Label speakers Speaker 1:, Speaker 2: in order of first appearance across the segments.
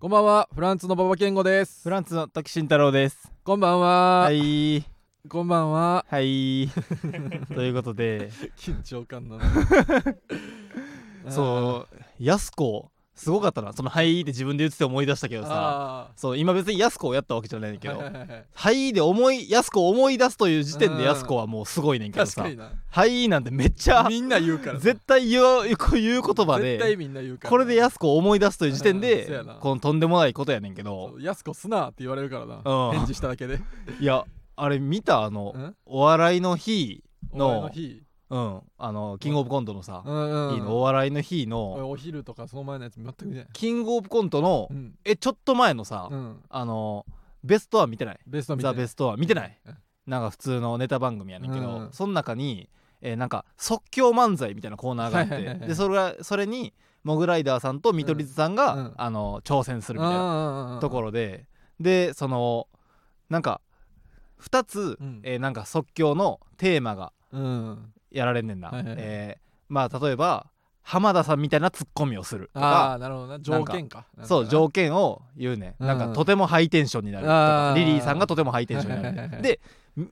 Speaker 1: こんばんは、フランスの馬場健吾です。
Speaker 2: フランツの滝慎太郎です。
Speaker 1: こんばんは、
Speaker 2: はい。
Speaker 1: こんばんは。
Speaker 2: はい。ということで、
Speaker 1: 緊張感な
Speaker 2: そう、やすこ、すごかったな。その、はいって自分で言ってて思い出したけ
Speaker 1: う
Speaker 2: どさ、
Speaker 1: さ。
Speaker 2: そう、今別にやすこをやったわけじゃないんだ けど、
Speaker 1: は
Speaker 2: はい
Speaker 1: はいはいはい
Speaker 2: いで思い、やすこを思い出すという時点
Speaker 1: うん
Speaker 2: でやすこはもうすごいねんけど
Speaker 1: 確
Speaker 2: さ
Speaker 1: かに、な。
Speaker 2: はいなんてめっちゃ、
Speaker 1: みんな言うからな。
Speaker 2: 絶対言う言う言葉
Speaker 1: 絶対
Speaker 2: で、
Speaker 1: みんな言うからな。
Speaker 2: これでやすこを思い出すという時点
Speaker 1: うんそうや
Speaker 2: で
Speaker 1: な、
Speaker 2: このとんでもないことやねんけ
Speaker 1: そ
Speaker 2: ど、
Speaker 1: うやすこすなって言われるからな。
Speaker 2: うん
Speaker 1: 返事しただけで。
Speaker 2: いや、あれ見たあの
Speaker 1: う、ん
Speaker 2: お笑いの日
Speaker 1: お前の
Speaker 2: の、
Speaker 1: 日。
Speaker 2: うん、あの、キングオブコントのさ
Speaker 1: う、んうん
Speaker 2: いいのお笑いの日
Speaker 1: 俺
Speaker 2: の
Speaker 1: お昼とかその前のやつ全く見てない。
Speaker 2: キングオブコントの
Speaker 1: うん。
Speaker 2: えちょっと前のさ
Speaker 1: うん。
Speaker 2: あのベストは見てない
Speaker 1: ベスト見て
Speaker 2: ザ・ベ
Speaker 1: ス
Speaker 2: ストは見てない
Speaker 1: うん
Speaker 2: なんか普通のネタ番組やねんけ
Speaker 1: う
Speaker 2: ど
Speaker 1: ん
Speaker 2: その中にえーなんか即興漫才みたいなコーナーがあっ
Speaker 1: はいはいはいは
Speaker 2: て
Speaker 1: い
Speaker 2: でそれがそれにモグライダーさんと見取り図さんが
Speaker 1: うん
Speaker 2: あの挑戦す
Speaker 1: ト
Speaker 2: るみたいなとこ
Speaker 1: ろ。
Speaker 2: ろででそのなんか2つ
Speaker 1: うん
Speaker 2: えーなんか即興のテーマが
Speaker 1: うん。
Speaker 2: やられんねんな
Speaker 1: はいはいはい
Speaker 2: えーまあ例えば浜田さんみたいなツッコミをするとか
Speaker 1: ああ、なるほどな。条件か。
Speaker 2: そう
Speaker 1: 件。
Speaker 2: 条件を言うね
Speaker 1: うん
Speaker 2: なんかとてもハイテンションになると
Speaker 1: あー
Speaker 2: かリリーさんがとてもハイテンションにな るみたいなで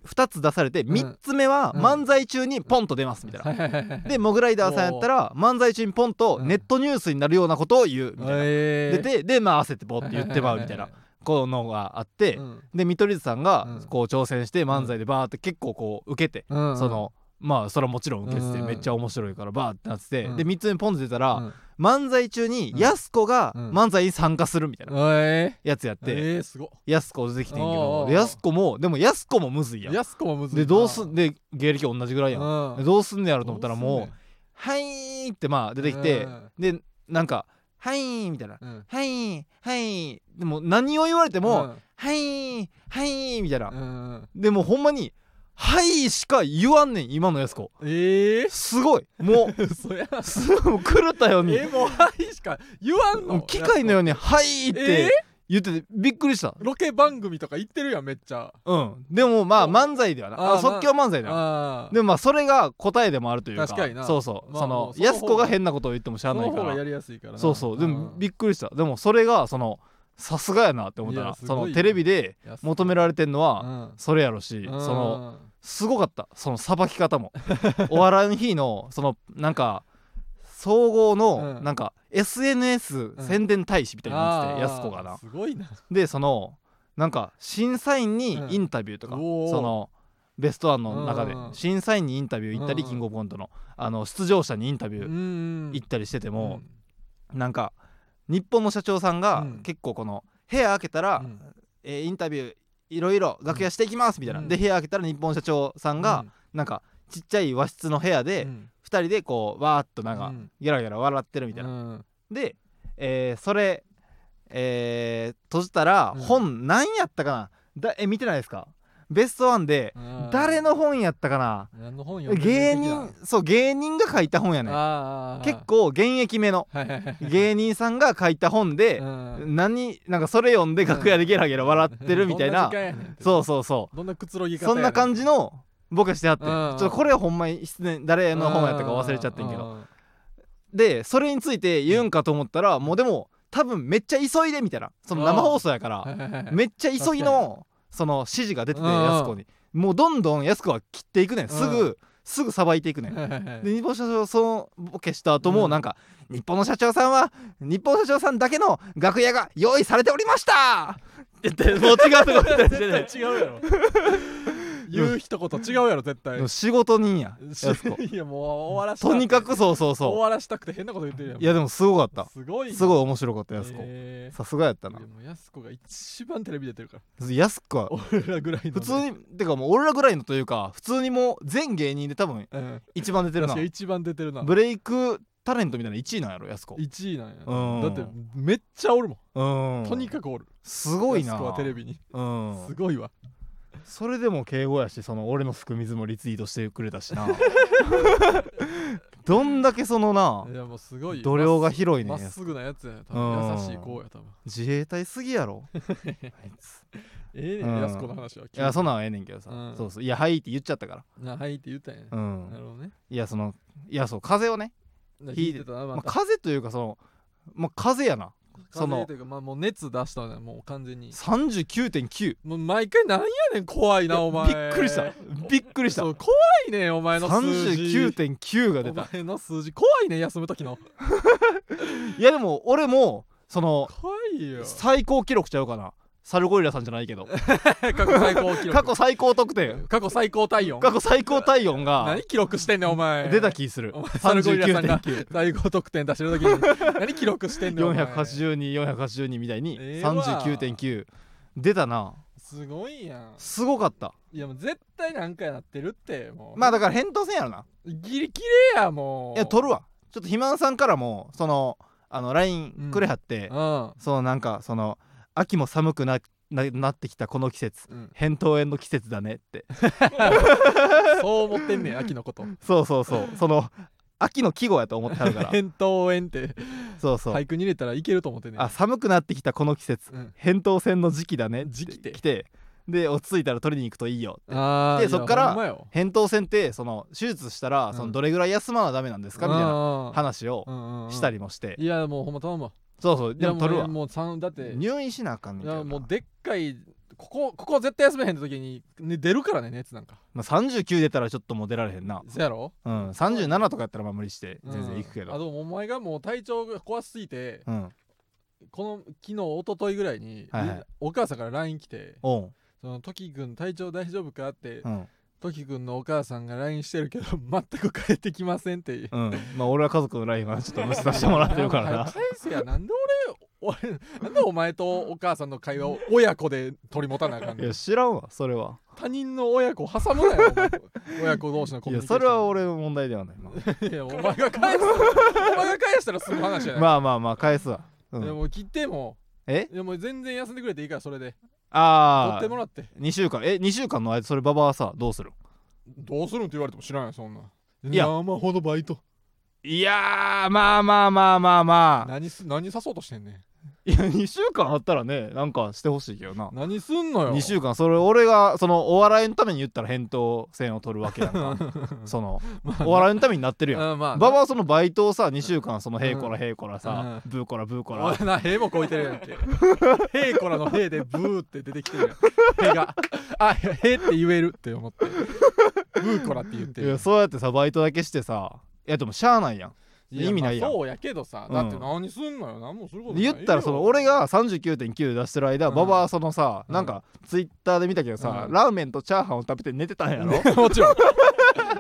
Speaker 2: 2つ出されて
Speaker 1: ん
Speaker 2: 3つ目は
Speaker 1: うん
Speaker 2: 漫才中にポンと出ますみた
Speaker 1: は
Speaker 2: いない
Speaker 1: はいはいはい
Speaker 2: でモグライダーさんやったら漫才中にポンと
Speaker 1: うん
Speaker 2: ネットニュースになるようなことを言うみたいな
Speaker 1: え
Speaker 2: で
Speaker 1: ー
Speaker 2: ででまあ焦ってボって言ってまうみたいなこのがあっ て
Speaker 1: うん
Speaker 2: で見取り図さん
Speaker 1: うん
Speaker 2: がこう挑戦して漫才でバーって結構こう受けて
Speaker 1: うん
Speaker 2: そのまあそれはもちろん受けてて
Speaker 1: うん
Speaker 2: めっちゃ面白いからバーってなってて
Speaker 1: うん
Speaker 2: で3つ目ポンと出たら
Speaker 1: うん
Speaker 2: 漫才中に
Speaker 1: うん
Speaker 2: やす子が
Speaker 1: うん
Speaker 2: 漫才に参加するみたいな
Speaker 1: え
Speaker 2: やつやっ
Speaker 1: ー
Speaker 2: て
Speaker 1: えーすごっ
Speaker 2: やす子出てきてんけ
Speaker 1: おうおうお
Speaker 2: ど
Speaker 1: う
Speaker 2: でやす子もでもやす子もむずいやん
Speaker 1: やすこもむずいな
Speaker 2: でどうすんで芸歴同じぐらいやん
Speaker 1: う
Speaker 2: で
Speaker 1: ん
Speaker 2: どうすんねやろと思ったらもう
Speaker 1: ど
Speaker 2: 「はいー」ってまあ出
Speaker 1: う
Speaker 2: て
Speaker 1: す
Speaker 2: き
Speaker 1: んねん
Speaker 2: てでなんか「はいー」みたいな「
Speaker 1: うんうん
Speaker 2: はいーはいー」でも何を言われても
Speaker 1: う
Speaker 2: 「はいーはいー」みたいなん
Speaker 1: うんうん
Speaker 2: でもうほんまに「はい」しか言わんねん今のやす子
Speaker 1: ええ
Speaker 2: すごいも
Speaker 1: 嘘 やん
Speaker 2: うすもう狂ったように
Speaker 1: えもうはいしか言わん
Speaker 2: も
Speaker 1: の
Speaker 2: う機械のように「はい」
Speaker 1: え
Speaker 2: って言っててびっくりした
Speaker 1: ロケ番組とか行ってるやんめっちゃ
Speaker 2: うんでもまあ漫才ではな
Speaker 1: あ
Speaker 2: あ
Speaker 1: ー
Speaker 2: 即興漫才だよ
Speaker 1: あー
Speaker 2: でもまあそれが答えでもあるというか
Speaker 1: 確かにな
Speaker 2: そうそう、
Speaker 1: まあ
Speaker 2: そ
Speaker 1: もうその方
Speaker 2: の
Speaker 1: が
Speaker 2: やす子が変なことを言っても知
Speaker 1: そ
Speaker 2: らな
Speaker 1: の
Speaker 2: いか
Speaker 1: 方がや
Speaker 2: ら
Speaker 1: りやすいからな
Speaker 2: そうそうでも
Speaker 1: ん
Speaker 2: びっくりしたでもそれがそのさすがやなって思った
Speaker 1: いや
Speaker 2: ら
Speaker 1: すご
Speaker 2: そ
Speaker 1: いよ
Speaker 2: のテレビで
Speaker 1: やすこ
Speaker 2: 求められてんのは
Speaker 1: うん
Speaker 2: それやろし、
Speaker 1: うん
Speaker 2: そのすごかったそのさばき方もお笑いの日のそのなんか総合の
Speaker 1: うん
Speaker 2: なんか SNS
Speaker 1: うん
Speaker 2: 宣伝大使みたいになっててやす子が
Speaker 1: あー
Speaker 2: な
Speaker 1: すごいな
Speaker 2: でそのなんか審査員に
Speaker 1: うん
Speaker 2: インタビューとか、
Speaker 1: おー
Speaker 2: そのベストワンの中で
Speaker 1: うんうん
Speaker 2: 審査員にインタビュー行ったり、
Speaker 1: うんうん
Speaker 2: キングオブコントのあの出場者にインタビュー行ったりしてて
Speaker 1: て
Speaker 2: も、なんか日本の社長さんが
Speaker 1: うん
Speaker 2: 結構この部屋開けたら、えーインタビューいろいろ楽屋していきますみたいな、
Speaker 1: うん
Speaker 2: で部屋開けたら日本社長さんが、なんかちっちゃい和室の部屋で2人でこうわーっとなんかギャラギャラ笑ってるみたいな。
Speaker 1: な
Speaker 2: で、えーそれ、えー閉じたら
Speaker 1: うん
Speaker 2: 本何やったかな、だえ見てないですかベストワンで誰の本やったかな
Speaker 1: 何の本読んでんねん
Speaker 2: 芸
Speaker 1: 的な
Speaker 2: 人そう芸人が書いた本やね
Speaker 1: あー
Speaker 2: 結構現役 めの
Speaker 1: はいはいはい
Speaker 2: 芸人さんが書いた本で
Speaker 1: うん
Speaker 2: 何なんかそれ読んで楽屋でゲラゲラ笑ってるみた いな
Speaker 1: どん時間やねんって
Speaker 2: そうそうそ
Speaker 1: どんなくつろぎ
Speaker 2: う
Speaker 1: 方や
Speaker 2: そんな感じのボケしてはって
Speaker 1: う
Speaker 2: ち
Speaker 1: ん
Speaker 2: ょっとこれはほんまに失礼誰の本やったか忘れちゃってんけど
Speaker 1: ど
Speaker 2: でそれについて言うんかと思ったらもうでも多分めっちゃ急いでみたいなその生放送やからめっちゃ急ぎのその指示が出てて
Speaker 1: うんうん
Speaker 2: やす子にもうどんどんやす子は切っていくねんす
Speaker 1: う
Speaker 2: ぐすぐさばいていくねんで日本社長そのボケした後
Speaker 1: う
Speaker 2: も
Speaker 1: ん
Speaker 2: なんか、日本の社長さんは日本社長さんだけの楽屋が用意されておりましたって言ってもう違うとこ行ったりしてね
Speaker 1: 絶対違うやろ言う一言違うやろ絶対
Speaker 2: でも仕事人 ややす子
Speaker 1: いやもう終わらした
Speaker 2: とにかくそうそ
Speaker 1: 終
Speaker 2: うそ
Speaker 1: わらしたくて変なこと言ってるや
Speaker 2: うんいやでもすごかった
Speaker 1: すごい
Speaker 2: すごい
Speaker 1: い
Speaker 2: 面白かったやす子さすがやったな
Speaker 1: もうやす子が一番テレビ出てるから
Speaker 2: やす子は
Speaker 1: 俺らぐらいの
Speaker 2: 普通にてかもう俺らぐらいのというか普通にもう全芸人で多分
Speaker 1: うん
Speaker 2: 一番出て
Speaker 1: 確
Speaker 2: るな
Speaker 1: かに一番出てるな
Speaker 2: ブレイクタレントみたいな1位なんやろやす子
Speaker 1: 1位なんや
Speaker 2: うん
Speaker 1: だってめっちゃおるも
Speaker 2: うん
Speaker 1: んとにかくおる
Speaker 2: すごい
Speaker 1: や
Speaker 2: な
Speaker 1: す子はテレビに
Speaker 2: うん
Speaker 1: すごいわ
Speaker 2: それでも敬語やしその俺のすく水もリツイートしてくれたしなどんだけそのない
Speaker 1: やもうすごいよ
Speaker 2: 度量が広いね
Speaker 1: まっすぐなやつや多分
Speaker 2: うん
Speaker 1: 優しい子や多分
Speaker 2: 自衛隊すぎやろあいつ
Speaker 1: ええ
Speaker 2: うん
Speaker 1: やす子の話はい
Speaker 2: やそ
Speaker 1: ん
Speaker 2: んなんはええねんけどさ、
Speaker 1: うん
Speaker 2: そうそういやはいって言っちゃったか
Speaker 1: なはいって言ったんや
Speaker 2: らう
Speaker 1: なんるほどね
Speaker 2: いやそのいやそう風邪をね
Speaker 1: な
Speaker 2: ひい
Speaker 1: 聞いてたな
Speaker 2: ま
Speaker 1: ま
Speaker 2: あ、
Speaker 1: た
Speaker 2: 風邪というかそのまあ風邪やなそ
Speaker 1: 風邪
Speaker 2: の
Speaker 1: というかまあもう熱出したねもう完全に
Speaker 2: 39.9
Speaker 1: もう毎回なんやねん怖いなお前
Speaker 2: びっくりしたびっくりした
Speaker 1: そう怖いねんお前の数字
Speaker 2: 39.9が出
Speaker 1: お
Speaker 2: た
Speaker 1: 前の数字怖いねん休む時の
Speaker 2: いやでも俺もその
Speaker 1: 怖いよ
Speaker 2: 最高記録ちゃうかなサルゴリラさんじゃないけど
Speaker 1: 過去最高記録
Speaker 2: 過去最高得 点
Speaker 1: 過去最高体温
Speaker 2: 過去最高体温が
Speaker 1: 何記録してんねんお前
Speaker 2: 出た気する
Speaker 1: お前サルゴリラさんが
Speaker 2: 39.9
Speaker 1: 最高得点出してる時に 何記録してんねんお前
Speaker 2: 482482みたいに
Speaker 1: ええわ
Speaker 2: 39.9出たな
Speaker 1: すごいやん
Speaker 2: すごかった
Speaker 1: いやもう絶対何回なってるってもう
Speaker 2: まあだから返答せんやろな
Speaker 1: ギリ綺麗やもう
Speaker 2: いや取るわちょっと肥満さんからもそのあの LINE くれはって、
Speaker 1: う ん
Speaker 2: そのなんかその秋も寒くなななってきたこの季節
Speaker 1: うん、
Speaker 2: 扁桃炎の季節だねって
Speaker 1: そう思ってんねん秋のこと
Speaker 2: そうそ うそうその秋の季語やと思ってはるから
Speaker 1: 扁桃炎って
Speaker 2: そうそう、
Speaker 1: 俳句に入れたらいけると思ってんねん
Speaker 2: あ寒くなってきたこの季節
Speaker 1: うん、
Speaker 2: 扁桃腺の時期だねって
Speaker 1: 時期って
Speaker 2: 来てで落ち着いたら取りに行くといいよ
Speaker 1: あー
Speaker 2: でそっから
Speaker 1: いやほんまよ
Speaker 2: 扁桃腺ってその手術したら
Speaker 1: ん
Speaker 2: そのどれぐらい休まなダメなんですかみたいな
Speaker 1: な
Speaker 2: 話を
Speaker 1: 話
Speaker 2: したりもして
Speaker 1: いやもうほんま頼むわ
Speaker 2: そうそうでも取る
Speaker 1: いや
Speaker 2: わ
Speaker 1: もう3だって
Speaker 2: 入院しなあかんね
Speaker 1: い
Speaker 2: んけど
Speaker 1: や
Speaker 2: な
Speaker 1: もうでっかいここここ絶対休めへんって時に、ね、出るからね熱なんか
Speaker 2: まあ、39出たらちょっともう出られへんな、
Speaker 1: そやろ
Speaker 2: うん、37とかやったらまあ無理して全然
Speaker 1: い
Speaker 2: 行くけ
Speaker 1: あ
Speaker 2: ど、
Speaker 1: でもお前がもう体調が怖すぎて
Speaker 2: うん
Speaker 1: この昨日一昨日ぐらいに、
Speaker 2: はいはい
Speaker 1: お母さんから LINE 来て
Speaker 2: おん、
Speaker 1: 「その時くん体調大丈夫か?」って
Speaker 2: うん
Speaker 1: 時くんのお母さんが LINE してるけど全く帰ってきませんっていう
Speaker 2: うんまあ俺は家族のラインはちょっと無視させてもらってるから
Speaker 1: 早
Speaker 2: な
Speaker 1: く返せやなんで俺俺なんでお前とお母さんの会話を親子で取り持たなあかん
Speaker 2: い
Speaker 1: の
Speaker 2: や知らんわそれは
Speaker 1: 他人の親子挟むなよお前親子同士のコ
Speaker 2: い
Speaker 1: ミュニケーシ
Speaker 2: や
Speaker 1: ョン
Speaker 2: それは俺の問題ではない、まあ、
Speaker 1: いやお前が返すお前が返したら済む話じゃない、
Speaker 2: まあまあまあ返すわ、う
Speaker 1: いや
Speaker 2: ん、
Speaker 1: もう切っても
Speaker 2: え
Speaker 1: いやもう全然休んでくれていいからそれで取
Speaker 2: あ
Speaker 1: っても
Speaker 2: あ
Speaker 1: らって
Speaker 2: 2週間え二2週間の間それババはさどうする
Speaker 1: どうするんって言われても知らんよそんない
Speaker 2: や
Speaker 1: 山ほどバイト
Speaker 2: いやーまあまあまあまあまあ
Speaker 1: 何す何さそうとしてんねん
Speaker 2: いや2週間あったらねなんかしてほしいけどな
Speaker 1: 何すんのよ
Speaker 2: 2週間それ俺がそのお笑いのために言ったら返答戦を取るわけやん かそのお笑いのためになってるやん
Speaker 1: うんまあ
Speaker 2: 馬場はそのバイトをさ2週間その「へいこらへいこら」さ「
Speaker 1: う
Speaker 2: ブーこらブーこ
Speaker 1: お
Speaker 2: ら
Speaker 1: いな塀もこいてるやん け塀こらの塀でブーって出てきてる やん塀があ塀って言えるって思ってブーこらって言っ」て
Speaker 2: い
Speaker 1: る
Speaker 2: やそうやってさバイトだけしてさいやでもしゃあないやん
Speaker 1: いや
Speaker 2: 意味ないや
Speaker 1: ま
Speaker 2: ん
Speaker 1: あそうやけどさだって何すんのよ何もすることない
Speaker 2: 言
Speaker 1: よ
Speaker 2: ったらその俺が39.9出してる間
Speaker 1: うん
Speaker 2: 馬場はそのさ
Speaker 1: うん
Speaker 2: なんかツイッターで見たけどさ
Speaker 1: うん
Speaker 2: ラーメンとチャーハンを食べて寝てたんやろ
Speaker 1: ねもちろん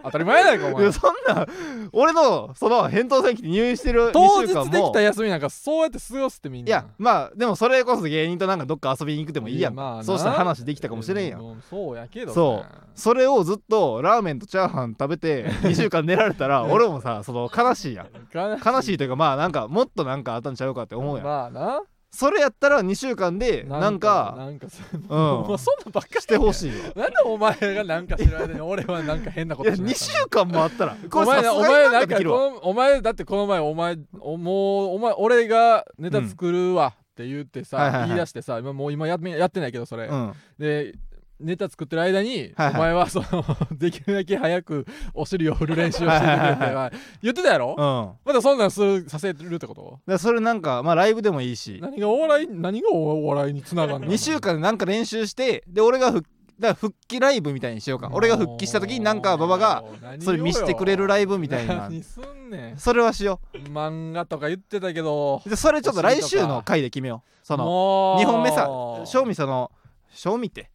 Speaker 1: 当たり前やないかお
Speaker 2: い
Speaker 1: 前
Speaker 2: やそんな俺のその返答戦期に入院してる
Speaker 1: 当
Speaker 2: 2
Speaker 1: 日
Speaker 2: 週間
Speaker 1: でき
Speaker 2: も
Speaker 1: た休みなんかそうやって過ごすってみんない
Speaker 2: やまあでもそれこそ芸人となんかどっか遊びに行くでもいいやん
Speaker 1: いやまあな
Speaker 2: そうしたら話できたかもしれんやん
Speaker 1: うそうやけど
Speaker 2: そ
Speaker 1: さ
Speaker 2: それをずっとラーメンとチャーハン食べて2週間寝られたら俺もさその悲しいやん悲しいというかまあなんかもっとなんかあったんちゃうかって思うやん
Speaker 1: まあな
Speaker 2: それやったら2週間でなんか
Speaker 1: なんかさ
Speaker 2: う
Speaker 1: も うんそんなんばっかり
Speaker 2: してほ
Speaker 1: い
Speaker 2: しいわ
Speaker 1: なんでお前がなんか知らないに俺はなんか変なこ
Speaker 2: いや
Speaker 1: としな
Speaker 2: 2
Speaker 1: い
Speaker 2: 週間もあったらこ
Speaker 1: お
Speaker 2: れさ
Speaker 1: 前
Speaker 2: すが
Speaker 1: な
Speaker 2: に
Speaker 1: お前
Speaker 2: な
Speaker 1: なんん
Speaker 2: か
Speaker 1: かこ
Speaker 2: できるわ
Speaker 1: のお前だってこの前お前おもうお前俺がネタ作るわって言ってさ、
Speaker 2: うんはいはいはい
Speaker 1: 言い出してさ今もう今ややってないけどそれ、
Speaker 2: うん
Speaker 1: でネタ作ってる間に、
Speaker 2: はいはい
Speaker 1: お前はその できるだけ早くお尻を振る練習をしてくれって、
Speaker 2: はいはいはい
Speaker 1: 言ってたやろ、
Speaker 2: うん
Speaker 1: まだそんなんするさせるってこと
Speaker 2: でそれなんかまあライブでもいいし
Speaker 1: 何がお笑い何がお笑いにつながんの
Speaker 2: 2週間でなんか練習してで俺が復だから復帰ライブみたいにしようか俺が復帰した時になんか馬場がそれ見せてくれるライブみたいな
Speaker 1: 何すんねん
Speaker 2: それはしよ
Speaker 1: 漫画とか言ってたけど
Speaker 2: うでそれちょっと来週の回で決めようその
Speaker 1: の
Speaker 2: 2本目さ正味その正味って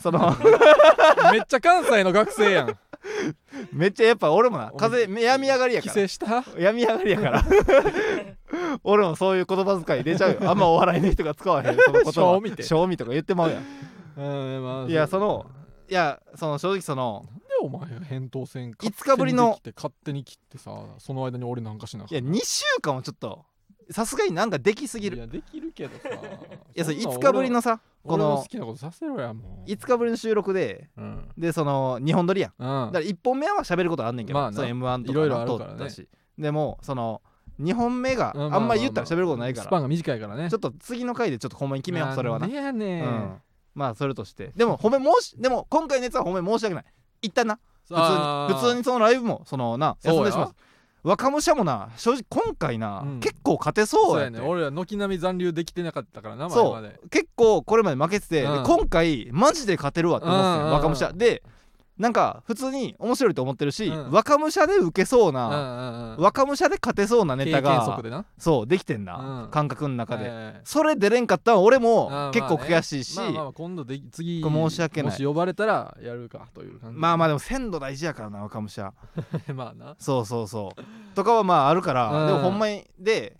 Speaker 2: そ の
Speaker 1: めっちゃ関西の学 生やん
Speaker 2: めっちゃやっぱ俺もな風病み上がりや
Speaker 1: 帰
Speaker 2: から
Speaker 1: 省した
Speaker 2: 病み上がりやから 俺もそういう言葉遣い出ちゃう よあんまお笑いの人が使わへんその言葉
Speaker 1: 正味って
Speaker 2: 正味とか言ってまうや
Speaker 1: うんまあ
Speaker 2: んいやそのいやその正直その
Speaker 1: でお前が返答せんか
Speaker 2: 5日ぶりの
Speaker 1: 勝手に切って勝手に切ってさその間に俺なんかしなあか
Speaker 2: い
Speaker 1: ん
Speaker 2: や2週間はちょっとさすがになんかできすぎる
Speaker 1: いやできるけどさい
Speaker 2: いやそれ5日ぶりのさこ
Speaker 1: この
Speaker 2: の
Speaker 1: 好きなことさせろやもう
Speaker 2: 5日ぶりの収録で
Speaker 1: うん
Speaker 2: でその2本撮りやん
Speaker 1: うん
Speaker 2: だから1本目は喋ることあんねんけど、
Speaker 1: まあな
Speaker 2: その M1 とか
Speaker 1: いろいろあるからね
Speaker 2: 通ったしでもその2本目があんまり言ったら喋ることないか
Speaker 1: ス
Speaker 2: ら、
Speaker 1: パンが短いからね
Speaker 2: ちょっと次の回でちょっとほんまに決めようそれはな
Speaker 1: なんでや
Speaker 2: う
Speaker 1: ねん
Speaker 2: ん、まあそれとしてでも褒め申しでも今回のやつは褒め申し訳ない一旦な普通に普通にそのライブもそのな
Speaker 1: そう
Speaker 2: 休ん
Speaker 1: や
Speaker 2: でしまう若武者もな正直今回な、
Speaker 1: うん
Speaker 2: 結構勝てそう
Speaker 1: そう
Speaker 2: や
Speaker 1: や
Speaker 2: ね
Speaker 1: ね俺ら軒並み残留できてなかったからな前
Speaker 2: そう
Speaker 1: まで
Speaker 2: 結構これまで負けてて、
Speaker 1: うん
Speaker 2: で今回マジで勝てるわって思ってたよ
Speaker 1: うんうんうん
Speaker 2: 若武者でなんか普通に面白いと思ってるし、
Speaker 1: うん
Speaker 2: 若武者で受けそう
Speaker 1: うん
Speaker 2: な、
Speaker 1: うんうん
Speaker 2: 若武者で勝てそうなネタ
Speaker 1: 経験則
Speaker 2: が
Speaker 1: でな
Speaker 2: そうできてんな、
Speaker 1: うん
Speaker 2: 感覚の中で、
Speaker 1: え
Speaker 2: それ出れんかったん俺も
Speaker 1: あー
Speaker 2: 結構
Speaker 1: まあね
Speaker 2: 悔しい
Speaker 1: え
Speaker 2: し、
Speaker 1: まあまあまあ今度で次
Speaker 2: これ申し訳ない
Speaker 1: もし呼ばれたらやるかという感じ
Speaker 2: まあまあでも鮮度大事やからな若武者
Speaker 1: あ まあな
Speaker 2: そうそうそうとかはまああるから、
Speaker 1: うん
Speaker 2: でもほんまにで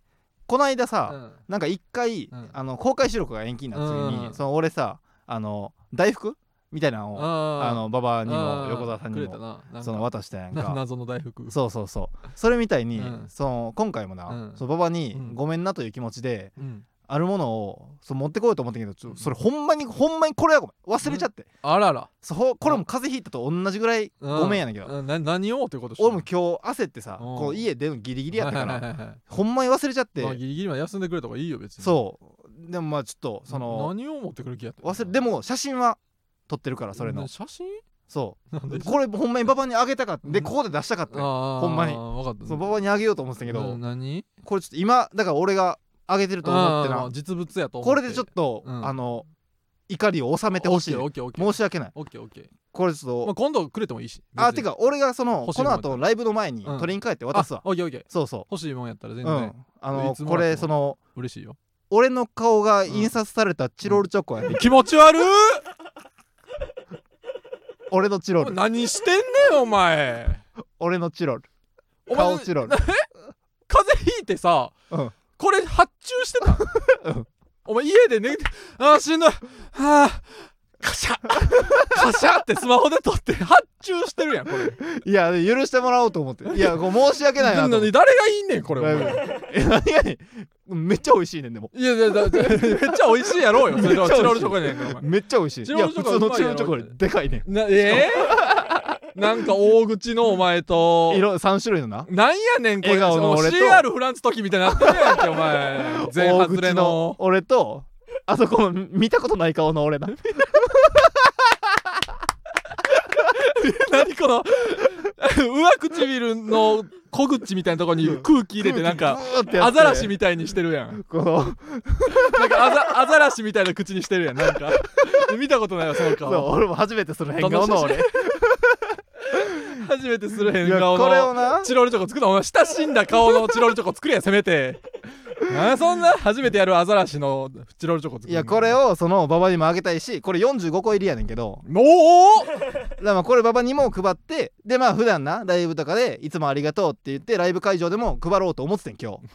Speaker 2: この間さ、
Speaker 1: うん
Speaker 2: なんか一回、
Speaker 1: うん
Speaker 2: あの公開収録が延期になった時に、
Speaker 1: うん
Speaker 2: その俺さあの大福みたいなのをあ
Speaker 1: あ
Speaker 2: の馬場に
Speaker 1: あ
Speaker 2: も
Speaker 1: ー
Speaker 2: 横澤さんに
Speaker 1: くれた
Speaker 2: も
Speaker 1: ななんか
Speaker 2: その渡したやん
Speaker 1: な
Speaker 2: か
Speaker 1: 謎の大福
Speaker 2: そうそうそうそれみたいに、
Speaker 1: うん
Speaker 2: その今回もな、
Speaker 1: うん
Speaker 2: その馬場に
Speaker 1: うん
Speaker 2: ごめんなという気持ちで、
Speaker 1: うん
Speaker 2: あるものをそう持ってこようと思ったけどちょそれほんまにほんまにこれはごめん忘れちゃって、
Speaker 1: あらら
Speaker 2: そうこれも風邪ひいたと同じぐらいごめんやねんけど、
Speaker 1: うな何をってことして
Speaker 2: 俺も今日焦ってさ、
Speaker 1: うん
Speaker 2: こう家出るのギリ
Speaker 1: ギ
Speaker 2: ギリやったから、
Speaker 1: ら
Speaker 2: ほんまに忘れちゃって、
Speaker 1: まあギリギリまで休んでくれた方がいいよ別に
Speaker 2: そうでもまあちょっとその
Speaker 1: 何を持ってくる気やった
Speaker 2: 忘れでも写真は撮ってるからそれの、
Speaker 1: な写真
Speaker 2: そう
Speaker 1: なんで
Speaker 2: これほんまに馬場にあげたかったで
Speaker 1: うん
Speaker 2: ここで出したかったよ
Speaker 1: あー
Speaker 2: ほんまに
Speaker 1: わかった
Speaker 2: そう馬場にあげようと思ってたけど
Speaker 1: な何
Speaker 2: これちょっと今だから俺があげてると思って
Speaker 1: あーま
Speaker 2: な
Speaker 1: あ実物やと思
Speaker 2: これでちょっ
Speaker 1: と
Speaker 2: と
Speaker 1: うん
Speaker 2: あの怒りを収めてほしい
Speaker 1: オッケーオッケーオッケー
Speaker 2: 申し訳ない
Speaker 1: オッケーオッケー
Speaker 2: これち
Speaker 1: ま
Speaker 2: ょ
Speaker 1: あ
Speaker 2: っと
Speaker 1: 今度くれてもいいし
Speaker 2: あて
Speaker 1: か
Speaker 2: か俺がその
Speaker 1: 欲しい
Speaker 2: この後ライブの前に
Speaker 1: うん
Speaker 2: 取りに帰って渡
Speaker 1: 渡
Speaker 2: すわ
Speaker 1: オッケーオッケー
Speaker 2: そうそ
Speaker 1: 欲しいもんやったら
Speaker 2: う
Speaker 1: 全
Speaker 2: う
Speaker 1: 然
Speaker 2: んあの
Speaker 1: いつも
Speaker 2: こ
Speaker 1: らって
Speaker 2: れ
Speaker 1: も
Speaker 2: その
Speaker 1: 嬉しいよ
Speaker 2: 俺の顔が印刷されたチロルチョコやね
Speaker 1: 気持ち 悪い
Speaker 2: 俺のチロル
Speaker 1: 何してんねんお前
Speaker 2: 俺のチロル
Speaker 1: お前
Speaker 2: 顔チロル
Speaker 1: 風邪ひいてさ、
Speaker 2: うん
Speaker 1: これ発注してた、
Speaker 2: うん
Speaker 1: お前家で寝てあーしんどいあーカ シャカシャってスマホで撮って発注してるやんこれ
Speaker 2: いや許してもらおうと思っていやこう申し訳ないな と思
Speaker 1: の
Speaker 2: って
Speaker 1: に誰がいいねんこれお
Speaker 2: ライ
Speaker 1: 前
Speaker 2: ブえ何やねんめっちゃ美味しいねんでも
Speaker 1: いやいやだってめっちゃ美味しいやろうよそれ
Speaker 2: めっ
Speaker 1: は
Speaker 2: ちゃ美味しい
Speaker 1: チロルチョコやねんからお前
Speaker 2: めっちゃ美味しい
Speaker 1: チ
Speaker 2: い
Speaker 1: ロ
Speaker 2: や
Speaker 1: ルチ
Speaker 2: 普
Speaker 1: ョコ
Speaker 2: 通のチロ
Speaker 1: うまいやろ
Speaker 2: ルチョコよりでかいね
Speaker 1: なえ ー、なんか大口のお前と
Speaker 2: ん色3種類のな
Speaker 1: なんやねんこれ
Speaker 2: 笑顔の俺と
Speaker 1: もう CR フランス時みたいになってるやんけお 前全
Speaker 2: 大
Speaker 1: 外れの
Speaker 2: 口の俺とあそこの見たことない顔 の俺な
Speaker 1: 何この上唇の小口みたいなところに空気入れてなんか
Speaker 2: 空気ぐーってや
Speaker 1: ア
Speaker 2: って
Speaker 1: ザラシみたいにしてるやん
Speaker 2: この
Speaker 1: なんかアザアザラシみたいな口にしてるやんなんか見たことないわその
Speaker 2: そ
Speaker 1: 顔
Speaker 2: う俺も初めてその変顔の俺い
Speaker 1: 初めてするへん
Speaker 2: や
Speaker 1: 顔
Speaker 2: これを
Speaker 1: の
Speaker 2: な
Speaker 1: チロルチョコ作るのお前親しんだ顔のチロルチョコ作れやせめてなんそんな初めてやるアザラシのチロルチョコ作る
Speaker 2: いやこれをその馬場にもあげたいしこれ45個入りやねんけど
Speaker 1: おお
Speaker 2: だからまあこれ馬場にも配ってでまあ普段なライブとかでいつもありがとうって言ってライブ会場でも配ろうと思っててん今日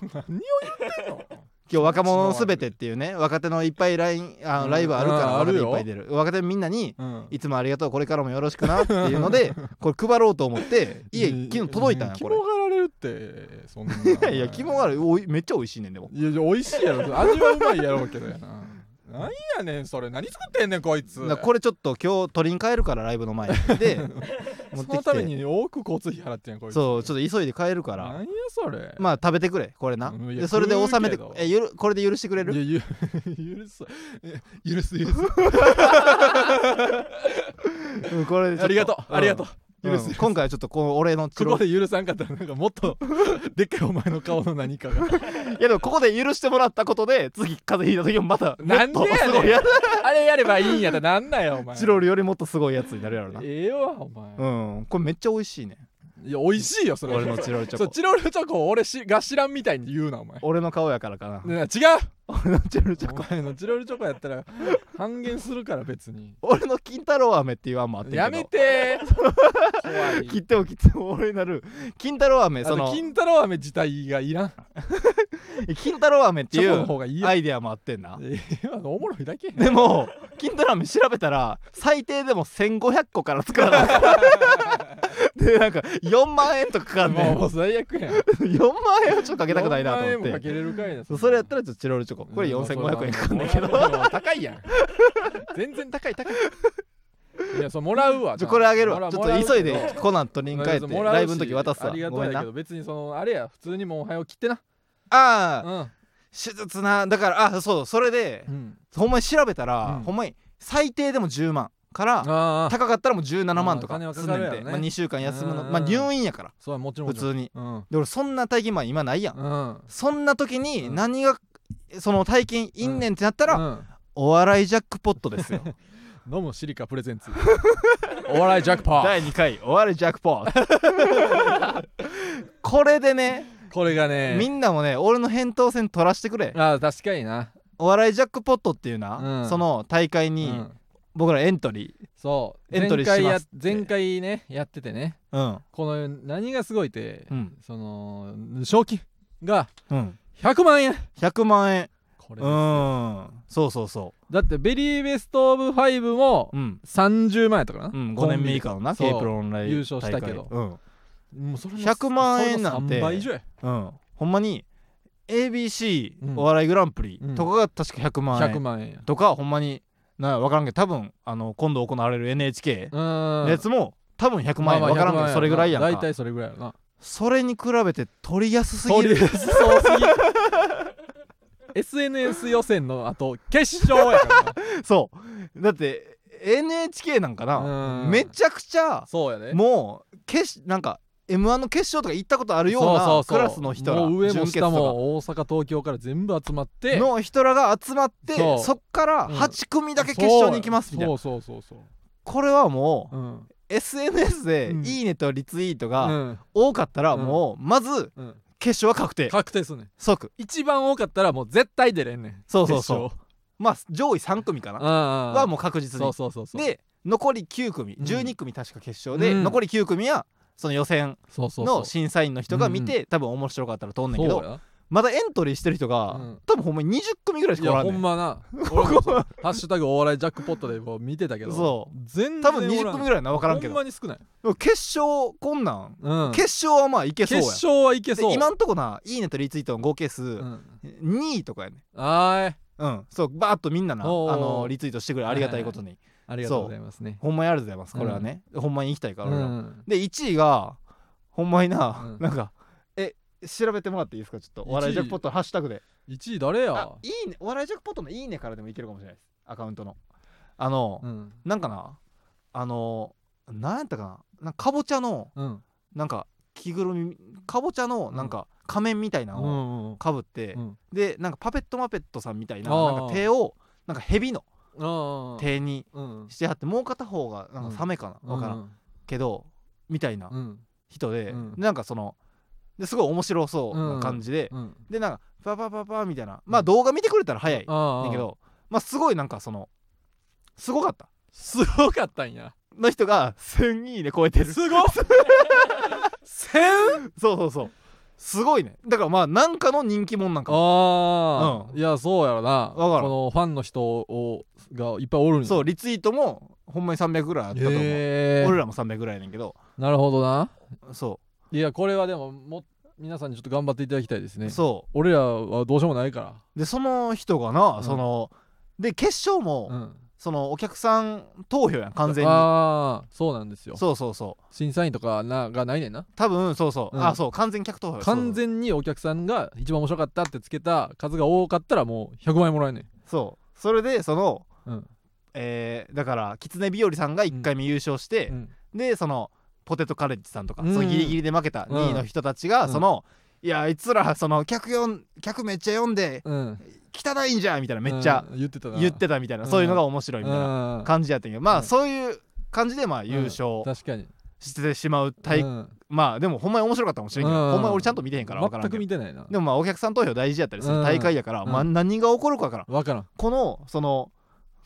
Speaker 2: 今日若者すべてっていうね若手のいっぱいラインあの
Speaker 1: うん
Speaker 2: ライブあるから
Speaker 1: あある
Speaker 2: 若手い
Speaker 1: よ
Speaker 2: っぱい出る若手みんなに
Speaker 1: うん
Speaker 2: いつもありがとうこれからもよろしくなっていうの でこれ配ろうと思って家昨日届いたんやこ
Speaker 1: 肝がられるってそんな
Speaker 2: れいや肝があるおいめっちゃ美味しいねんでも
Speaker 1: いやいや美味しいやろ味はうまいやろうけどやななんやねんそれ何作ってんねんこいつ
Speaker 2: だからこれちょっと今日取りに帰るからライブの前 にで持
Speaker 1: そ
Speaker 2: って
Speaker 1: の
Speaker 2: き
Speaker 1: ため
Speaker 2: て
Speaker 1: に多く交通費払ってんやんこいつ
Speaker 2: そうちょっと急いで帰るか
Speaker 1: な
Speaker 2: ら
Speaker 1: んやそれ
Speaker 2: まあ食べてくれこれな
Speaker 1: うんいや
Speaker 2: でそれで収めて
Speaker 1: 食うけど
Speaker 2: えゆるこれで許してくれる
Speaker 1: いやゆ 許すえ許す 許す
Speaker 2: うんこれでちょっ
Speaker 1: ありがとうありがとう許
Speaker 2: 許
Speaker 1: す
Speaker 2: す今回はちょっとこの俺のチ
Speaker 1: こ
Speaker 2: ロ
Speaker 1: こ
Speaker 2: ル
Speaker 1: で許さんかったらなんかもっ とでっかいお前の顔の何かが
Speaker 2: いやでもここで許してもらったことで次風邪ひいた時もまたも
Speaker 1: な
Speaker 2: っ
Speaker 1: んで
Speaker 2: と
Speaker 1: や
Speaker 2: す
Speaker 1: ね
Speaker 2: ご
Speaker 1: ん
Speaker 2: いや
Speaker 1: あれやればいいんやったらなんだよお前
Speaker 2: チロルよりもっとすごいやつになるやろな。
Speaker 1: ええわお前、
Speaker 2: うん、これめっちゃ美味しいね。
Speaker 1: いや美味しいよそれ
Speaker 2: 俺のチロルチ
Speaker 1: そ
Speaker 2: ョ
Speaker 1: う
Speaker 2: コ。
Speaker 1: チロルチョコを俺しが知らんみたいに言うなお前
Speaker 2: 俺の顔やからかな。
Speaker 1: ね違う
Speaker 2: 俺のチロルチョコ。
Speaker 1: お前のチロルチョコやったら半減するから別に
Speaker 2: 俺の金太郎飴っていう案もあってんけど
Speaker 1: やめてー怖い
Speaker 2: 切っても切っても俺になる金太郎飴
Speaker 1: あ
Speaker 2: そ
Speaker 1: の
Speaker 2: の
Speaker 1: 金太郎飴自体がいらん
Speaker 2: 金太郎飴って
Speaker 1: チ
Speaker 2: い
Speaker 1: ョコの
Speaker 2: う
Speaker 1: 方がいいや
Speaker 2: アイデアもあってんな
Speaker 1: ええわおもろいだけやん
Speaker 2: でも金太郎飴調べたら最低でも1500個から作らなあか んでなんか4万円とかかかんねん
Speaker 1: もう最悪やん
Speaker 2: 4万円はちょっとかけたくないなと
Speaker 1: 4万円
Speaker 2: 思
Speaker 1: も
Speaker 2: っ
Speaker 1: か
Speaker 2: て
Speaker 1: けれるかいな
Speaker 2: それやったらちょっとチロルチョコこれ4500円かかんね んけど
Speaker 1: ど高いやん全然高い高いいやそうもらうわ
Speaker 2: ちょこれあげる
Speaker 1: もら
Speaker 2: わ
Speaker 1: う
Speaker 2: ちょ
Speaker 1: もら
Speaker 2: っ
Speaker 1: う
Speaker 2: と急い
Speaker 1: けど
Speaker 2: でコナン取りに帰って
Speaker 1: もらうし
Speaker 2: ライブの時渡す
Speaker 1: あ
Speaker 2: わ
Speaker 1: りが
Speaker 2: ご
Speaker 1: た
Speaker 2: めん
Speaker 1: い
Speaker 2: な
Speaker 1: けど別にそのあれや普通にもうおはよう切ってな
Speaker 2: ああ
Speaker 1: うん
Speaker 2: 手術なだからあそうそれで
Speaker 1: うん
Speaker 2: ほんまに調べたら
Speaker 1: うん
Speaker 2: ほんまに最低でも10万から
Speaker 1: ああ
Speaker 2: 高かったらもう17万とか
Speaker 1: まあお金は
Speaker 2: すん
Speaker 1: かか
Speaker 2: ね
Speaker 1: る
Speaker 2: ん
Speaker 1: やろ
Speaker 2: て、
Speaker 1: ね
Speaker 2: まあ、2週間休むの
Speaker 1: うん
Speaker 2: まあ入院やから
Speaker 1: そうやもちろん
Speaker 2: 普通に
Speaker 1: うん
Speaker 2: で俺そんな体験まあ今ないやん、
Speaker 1: うん
Speaker 2: そんな時に
Speaker 1: うん
Speaker 2: 何がその体験いんねんってなったら、
Speaker 1: うん
Speaker 2: お笑いジャックポットですよ
Speaker 1: 飲むシリカプレゼンツお笑いジャックパー
Speaker 2: 2回お笑いジャックポット これでね、
Speaker 1: これがね
Speaker 2: みんなもね俺の返答戦取らしてくれ
Speaker 1: ああ確かにな
Speaker 2: お笑いジャックポットっていうな、
Speaker 1: うん
Speaker 2: その大会
Speaker 1: う
Speaker 2: に
Speaker 1: ん
Speaker 2: 僕らエントリ
Speaker 1: そう
Speaker 2: エントリー
Speaker 1: 前回
Speaker 2: し
Speaker 1: や
Speaker 2: ますって
Speaker 1: 前回ねやっててね
Speaker 2: ーうん
Speaker 1: この何がすごいって
Speaker 2: うん
Speaker 1: その賞金が
Speaker 2: うん
Speaker 1: 100万円
Speaker 2: 100万円
Speaker 1: これ
Speaker 2: う
Speaker 1: ですよ
Speaker 2: んそうそうそ
Speaker 1: だってベリーベストオブファイブも
Speaker 2: ううん、
Speaker 1: 30万円とかな、
Speaker 2: うん、5年目以下のな
Speaker 1: コンビ
Speaker 2: K
Speaker 1: で
Speaker 2: プロオンライン
Speaker 1: 優勝したけど
Speaker 2: 大会うん
Speaker 1: もうそれの
Speaker 2: 100万円なん
Speaker 1: そ
Speaker 2: て
Speaker 1: れの3倍以上や
Speaker 2: うん、ほんまに ABC
Speaker 1: うん
Speaker 2: お笑いグランプリ
Speaker 1: うん
Speaker 2: とかが確か100万
Speaker 1: 100
Speaker 2: 円
Speaker 1: 万円や
Speaker 2: とかほんまにな分からんけど多分あの今度行われる NHK
Speaker 1: う
Speaker 2: の
Speaker 1: ん
Speaker 2: やつも多分100万円分からんけどそれぐらいやん
Speaker 1: 大
Speaker 2: か
Speaker 1: 体それぐらいやな
Speaker 2: それに比べて取りやすすぎ
Speaker 1: 取り
Speaker 2: る
Speaker 1: やすそうす ぎ SNS 予選のあと決勝やからな
Speaker 2: そうだって NHK なんかな
Speaker 1: うん
Speaker 2: めちゃくちゃ
Speaker 1: そうやね
Speaker 2: もうけしなんか m 1の決勝とか行ったことあるよう
Speaker 1: そうそ
Speaker 2: な
Speaker 1: うそう
Speaker 2: クラスの人ら
Speaker 1: もう上も
Speaker 2: 準決
Speaker 1: 下
Speaker 2: と
Speaker 1: も大阪東京から全部集まっ
Speaker 2: か
Speaker 1: て
Speaker 2: の人らが集まって
Speaker 1: そう
Speaker 2: そっから
Speaker 1: うん
Speaker 2: 8組だけ決勝に行きますみたいな
Speaker 1: そうそうそうそう
Speaker 2: これはもう
Speaker 1: そう、うん、
Speaker 2: SNS で
Speaker 1: う
Speaker 2: 「
Speaker 1: ん
Speaker 2: いいね」とリツイート
Speaker 1: う
Speaker 2: が
Speaker 1: ん
Speaker 2: 多かったらもうまず
Speaker 1: うん、
Speaker 2: 決勝は確定
Speaker 1: 確定すんねん
Speaker 2: 即
Speaker 1: 一番多かったらもう絶対出れんねん
Speaker 2: そうそうそう
Speaker 1: 決
Speaker 2: まあ上位3組かな
Speaker 1: 勝うんうん
Speaker 2: はもう確実
Speaker 1: そう
Speaker 2: に
Speaker 1: そうそうそう
Speaker 2: で残り9組
Speaker 1: うん
Speaker 2: 12組確か決勝で
Speaker 1: うん
Speaker 2: 残り9組はその予選
Speaker 1: そうそうそう
Speaker 2: の審査員の人が見て多分面白かったら通んねんけ
Speaker 1: そう
Speaker 2: ど
Speaker 1: や
Speaker 2: まだエントリーしてる人が
Speaker 1: うん
Speaker 2: 多分ほんまに20組ぐらいし
Speaker 1: い
Speaker 2: か
Speaker 1: や
Speaker 2: おらん
Speaker 1: ほ
Speaker 2: ね
Speaker 1: ん
Speaker 2: ん
Speaker 1: まな 俺もそうハッシュタグお笑いジャックポットでこう見てたけど
Speaker 2: そう
Speaker 1: 全然
Speaker 2: 多分20組
Speaker 1: らい
Speaker 2: ぐらいな分からんけ
Speaker 1: ほ
Speaker 2: ど
Speaker 1: んまに少ない、
Speaker 2: でも決勝こんなん
Speaker 1: うん、
Speaker 2: 決勝はまあいけそうや
Speaker 1: 決勝はいけ
Speaker 2: で
Speaker 1: そう
Speaker 2: 今んとこな「いいね」とリツイートの合計数
Speaker 1: う
Speaker 2: 2
Speaker 1: ん
Speaker 2: 位とかやね
Speaker 1: はーい
Speaker 2: うん、そうバーッとみんななあ
Speaker 1: おうおう
Speaker 2: のリツイートしてくれるありがたいことに、
Speaker 1: ありがとうございますね
Speaker 2: ほんまにありがとうございますこれはね、ほんまに行きたいから、俺らも
Speaker 1: ん
Speaker 2: で1位がほんまにな、
Speaker 1: うん
Speaker 2: なんかえ調べてもらっていいですかちょっとお笑いジャックポットのハッシュタグで
Speaker 1: 1位誰や
Speaker 2: あいいねお笑いジャックポットの「いいね」からでもいけるかもしれないですアカウントのあの、
Speaker 1: うん
Speaker 2: なんかなあのなんやったかななんかかぼちゃの
Speaker 1: うん
Speaker 2: なんか着ぐるみかぼちゃのなんか仮面みたいな
Speaker 1: う
Speaker 2: のを
Speaker 1: んうん
Speaker 2: かぶって、
Speaker 1: うん
Speaker 2: でなんかパペットマペットさんみたいな
Speaker 1: あー
Speaker 2: なんか手をなんか蛇の
Speaker 1: ああ
Speaker 2: 手に
Speaker 1: うん
Speaker 2: してはってもう片方がなんかサメかな分からんけどみたいな
Speaker 1: うん
Speaker 2: 人で
Speaker 1: うん
Speaker 2: でなんかそのですごい面白そうな感じで
Speaker 1: うん
Speaker 2: でなんかパパパパみたいなまあ動画見てくれたら早いんだ
Speaker 1: ああ
Speaker 2: けどまあすごいなんかそのすごかった
Speaker 1: すごかったんや
Speaker 2: の人が1000いいね超えてる
Speaker 1: す ごっせん
Speaker 2: そうそうそうすごいねだからまあなんかの人気者なんかも
Speaker 1: ああ、
Speaker 2: うん
Speaker 1: いやそうやろな
Speaker 2: わからん
Speaker 1: このファンの人をがいっぱいおるんや
Speaker 2: そうリツイートもほんまに300ぐらいあったと思う
Speaker 1: へえ
Speaker 2: 俺らも300ぐらいやねんけど
Speaker 1: なるほどな
Speaker 2: そ
Speaker 1: いやこれはでもも皆さんにちょっと頑張っていただきたいです
Speaker 2: う
Speaker 1: ね
Speaker 2: そ
Speaker 1: 俺らはどうしようもないか
Speaker 2: うでその人がな
Speaker 1: うん
Speaker 2: そので決勝
Speaker 1: ら、
Speaker 2: も
Speaker 1: うん、
Speaker 2: そのお客さん投票やん完全に
Speaker 1: ああそうなんですよ
Speaker 2: そうそうそう
Speaker 1: 審査員とかながないねんな
Speaker 2: 多分そうそう、
Speaker 1: うん
Speaker 2: あそう完全客投票
Speaker 1: 完全にお客さんが一番面白かったってつけた数が多かったらもう100万円もらえんねん
Speaker 2: そうそうそれでその、
Speaker 1: うん
Speaker 2: えーだから狐日和さんが1回目優勝して、
Speaker 1: うん
Speaker 2: でそのポテトカレッジさんとか、
Speaker 1: うん
Speaker 2: そのギリギリで負けた
Speaker 1: うん
Speaker 2: 2位の人たちが、
Speaker 1: うん
Speaker 2: そのいやあいつらその客よん客めっちゃ読んで
Speaker 1: うん
Speaker 2: 汚いんじゃんみたいなめっちゃ
Speaker 1: うん言ってたな
Speaker 2: 言ってたみたいな、
Speaker 1: うん
Speaker 2: そういうのが面白いみたいな
Speaker 1: な
Speaker 2: 感じやったんやけど、まあ、
Speaker 1: うん
Speaker 2: そういう感じでまあ優勝
Speaker 1: 確かに
Speaker 2: してしまうタイプ、
Speaker 1: うん
Speaker 2: まあでもほんまに面白かったかもしれんけど、
Speaker 1: うん
Speaker 2: ほんまに俺ちゃんと見てへんから分からん
Speaker 1: 全
Speaker 2: け
Speaker 1: く
Speaker 2: ど
Speaker 1: 見てないな
Speaker 2: でもまあお客さん投票大事やったりす
Speaker 1: う
Speaker 2: る
Speaker 1: ん
Speaker 2: 大会やから、まあ
Speaker 1: う
Speaker 2: 何が起こるかわからん
Speaker 1: 分から
Speaker 2: このその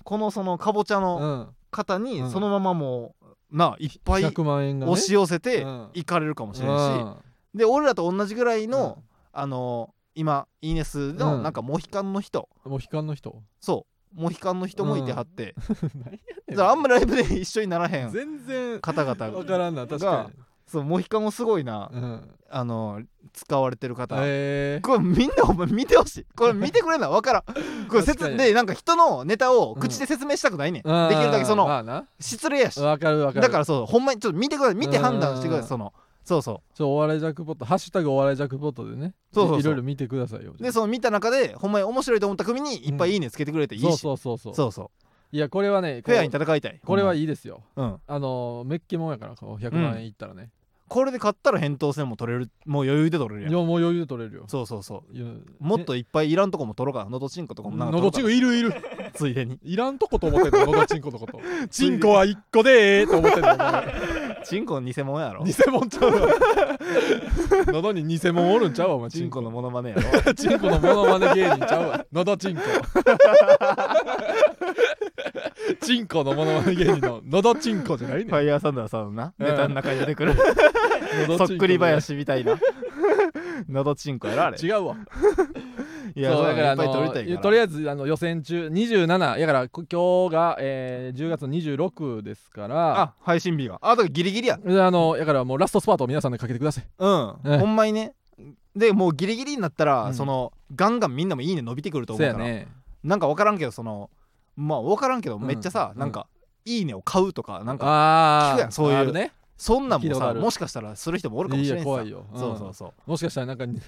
Speaker 2: このそのかぼちゃ
Speaker 1: ん、
Speaker 2: の
Speaker 1: うん、
Speaker 2: 方に
Speaker 1: うん
Speaker 2: そのままもうなあいっぱい
Speaker 1: 100万円が、ね、
Speaker 2: 押し寄せて
Speaker 1: うん
Speaker 2: 行かれるかもしれんし、
Speaker 1: うん
Speaker 2: で俺らと同じぐらいの、あの今イーネスの
Speaker 1: うん
Speaker 2: なんかモヒカンの人、
Speaker 1: うんもう悲観の人
Speaker 2: そうモヒカンの人もいてはって、
Speaker 1: 何やね
Speaker 2: だ
Speaker 1: ん
Speaker 2: からあんまライブで一緒にならへん
Speaker 1: 全然
Speaker 2: 方
Speaker 1: 分
Speaker 2: 々
Speaker 1: からんな確か
Speaker 2: そうモヒカンもすごいな、
Speaker 1: に、うん、
Speaker 2: あの使われてる方、
Speaker 1: えー
Speaker 2: これみんなお前見てほしいこれ見てく れな分からんこれ
Speaker 1: 確か
Speaker 2: 説
Speaker 1: に
Speaker 2: でなんか人のネタを口で説明したくないねん、できるだけその、
Speaker 1: まあな
Speaker 2: 失礼やし
Speaker 1: 分かる分かる
Speaker 2: だからそうほんまにちょっと見てください見て判断してくだ
Speaker 1: う
Speaker 2: さ
Speaker 1: ん
Speaker 2: いそのそうそ
Speaker 1: ちょお笑いジャックポット「ハッシュタグお笑いジャックポット」でね
Speaker 2: そうそうそう
Speaker 1: いろいろ見てくださいよ
Speaker 2: うでその見た中でほんまに面白いと思った組にいっぱいいいねつけてくれていいし、
Speaker 1: そうそうそうそう
Speaker 2: そうそ
Speaker 1: いやこれはね
Speaker 2: フ
Speaker 1: こう
Speaker 2: ェアに戦いたい
Speaker 1: これはいいいですよ
Speaker 2: うん、
Speaker 1: あのメッキもんやからこう100万円いったらね、
Speaker 2: これで買ったら返答戦も取れるもう余裕で取れるや
Speaker 1: い
Speaker 2: ん
Speaker 1: やもう余裕で取れるよ
Speaker 2: そうそうそう
Speaker 1: いや
Speaker 2: もっといっぱいいらんとこも取ろうかなのどちんことかもなんか
Speaker 1: のどちんこいるいる
Speaker 2: んついでに
Speaker 1: いらんとこと思ってん ののどちんことことちんこは1個でええと思ってんのお前
Speaker 2: ちんこの偽 物やろ
Speaker 1: 偽物ちゃうわ 喉に偽物おるんちゃうわお前
Speaker 2: ちんこのモノマネや ろ
Speaker 1: チンコのモノマネ芸人ちゃうわ。のど チンコ。チンコのモノマネ芸人ののどチンコじゃない
Speaker 2: フ
Speaker 1: ねん。
Speaker 2: ァイヤーサンダーさんのなネタの中に出てくる
Speaker 1: の
Speaker 2: そ
Speaker 1: ど
Speaker 2: っ
Speaker 1: ちんこじゃない
Speaker 2: くり林みたいな のどちんこやろあれ
Speaker 1: 違うわ。
Speaker 2: いや
Speaker 1: そ
Speaker 2: そううだからいっぱ
Speaker 1: あ
Speaker 2: い
Speaker 1: の
Speaker 2: 取りたいから
Speaker 1: とりあえずあの予選中27。やからこ今日が、えー10月26ですから。
Speaker 2: あ配信日があだからギリギリや
Speaker 1: であのやからもうラストスパートを皆さんでかけてください。
Speaker 2: うん、
Speaker 1: うん
Speaker 2: ほんまにねでもうギリギリになったら、
Speaker 1: うん
Speaker 2: そのガンガンみんなもいいね伸びてくると
Speaker 1: そう
Speaker 2: 思う
Speaker 1: や
Speaker 2: から、
Speaker 1: ね。
Speaker 2: なんか分からんけどそのまあ分からんけど
Speaker 1: うん
Speaker 2: めっちゃさ、
Speaker 1: うん
Speaker 2: なんかいいねを買うとかなんか
Speaker 1: あ
Speaker 2: 聞くや
Speaker 1: あ
Speaker 2: んそういう
Speaker 1: あるね。
Speaker 2: そんなん
Speaker 1: 聞いた
Speaker 2: も
Speaker 1: ことあ
Speaker 2: さ
Speaker 1: る
Speaker 2: もしかしたらする人もおるかも
Speaker 1: い
Speaker 2: し
Speaker 1: や
Speaker 2: れんしさ
Speaker 1: 怖いよ。うん
Speaker 2: そうそうそ
Speaker 1: もしかしたらなんか に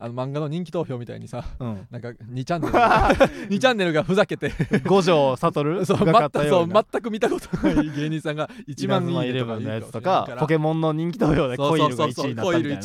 Speaker 1: あの漫画の人気投票みたいにさ
Speaker 2: う、うん、
Speaker 1: なんか2チャンネル 2チャンネルがふざけて
Speaker 2: 五条悟
Speaker 1: そう
Speaker 2: が買
Speaker 1: ま
Speaker 2: った
Speaker 1: たそ
Speaker 2: よ
Speaker 1: う
Speaker 2: うな
Speaker 1: 全く見たこと ない芸人さんが1万人
Speaker 2: イレブンのやつとかポ
Speaker 1: ケ
Speaker 2: ケモンの人気投票でコイルが1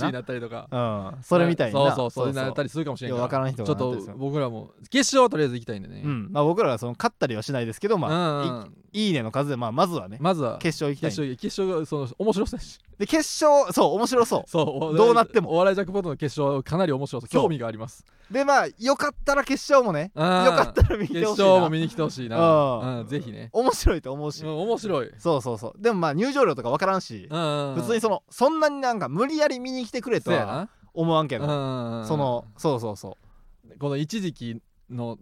Speaker 2: 位に
Speaker 1: にな
Speaker 2: なったみたいな
Speaker 1: ったりとか
Speaker 2: うんそれみたいな
Speaker 1: そうそうそうなったりするかもしれ
Speaker 2: よ
Speaker 1: ん
Speaker 2: う
Speaker 1: か
Speaker 2: 分かららん人
Speaker 1: ち
Speaker 2: が
Speaker 1: ょっ
Speaker 2: なったりす
Speaker 1: と
Speaker 2: る
Speaker 1: 僕らも決勝とりあえず行きたいんでね
Speaker 2: うんまあ、僕らがその勝ったりはしないですけど、まあ
Speaker 1: うんうん
Speaker 2: いいいねの数で、まあ、まずはね
Speaker 1: まずは
Speaker 2: 決勝行きたいんで
Speaker 1: 決勝決勝がその面白そうやし
Speaker 2: で決勝そう面白そ
Speaker 1: そうお
Speaker 2: どうなっても
Speaker 1: お笑いジャックポットの決勝はかなり面白そう
Speaker 2: そう
Speaker 1: 興味があります
Speaker 2: うでまあよかったら決勝もね
Speaker 1: よ
Speaker 2: よかったら見て
Speaker 1: 決
Speaker 2: ほしい
Speaker 1: 勝も
Speaker 2: な
Speaker 1: 見に来てほしい
Speaker 2: うん
Speaker 1: なうんぜひね
Speaker 2: 面白いと思うし、
Speaker 1: うん面白い
Speaker 2: そうそうそうでもまあ入場料とか分からんし、
Speaker 1: 普
Speaker 2: 普通にそのそんなになんか無理やり見に来てくれと
Speaker 1: そうや
Speaker 2: は
Speaker 1: な
Speaker 2: 思わんけど、
Speaker 1: うん
Speaker 2: そのそうそうそう
Speaker 1: この一時期の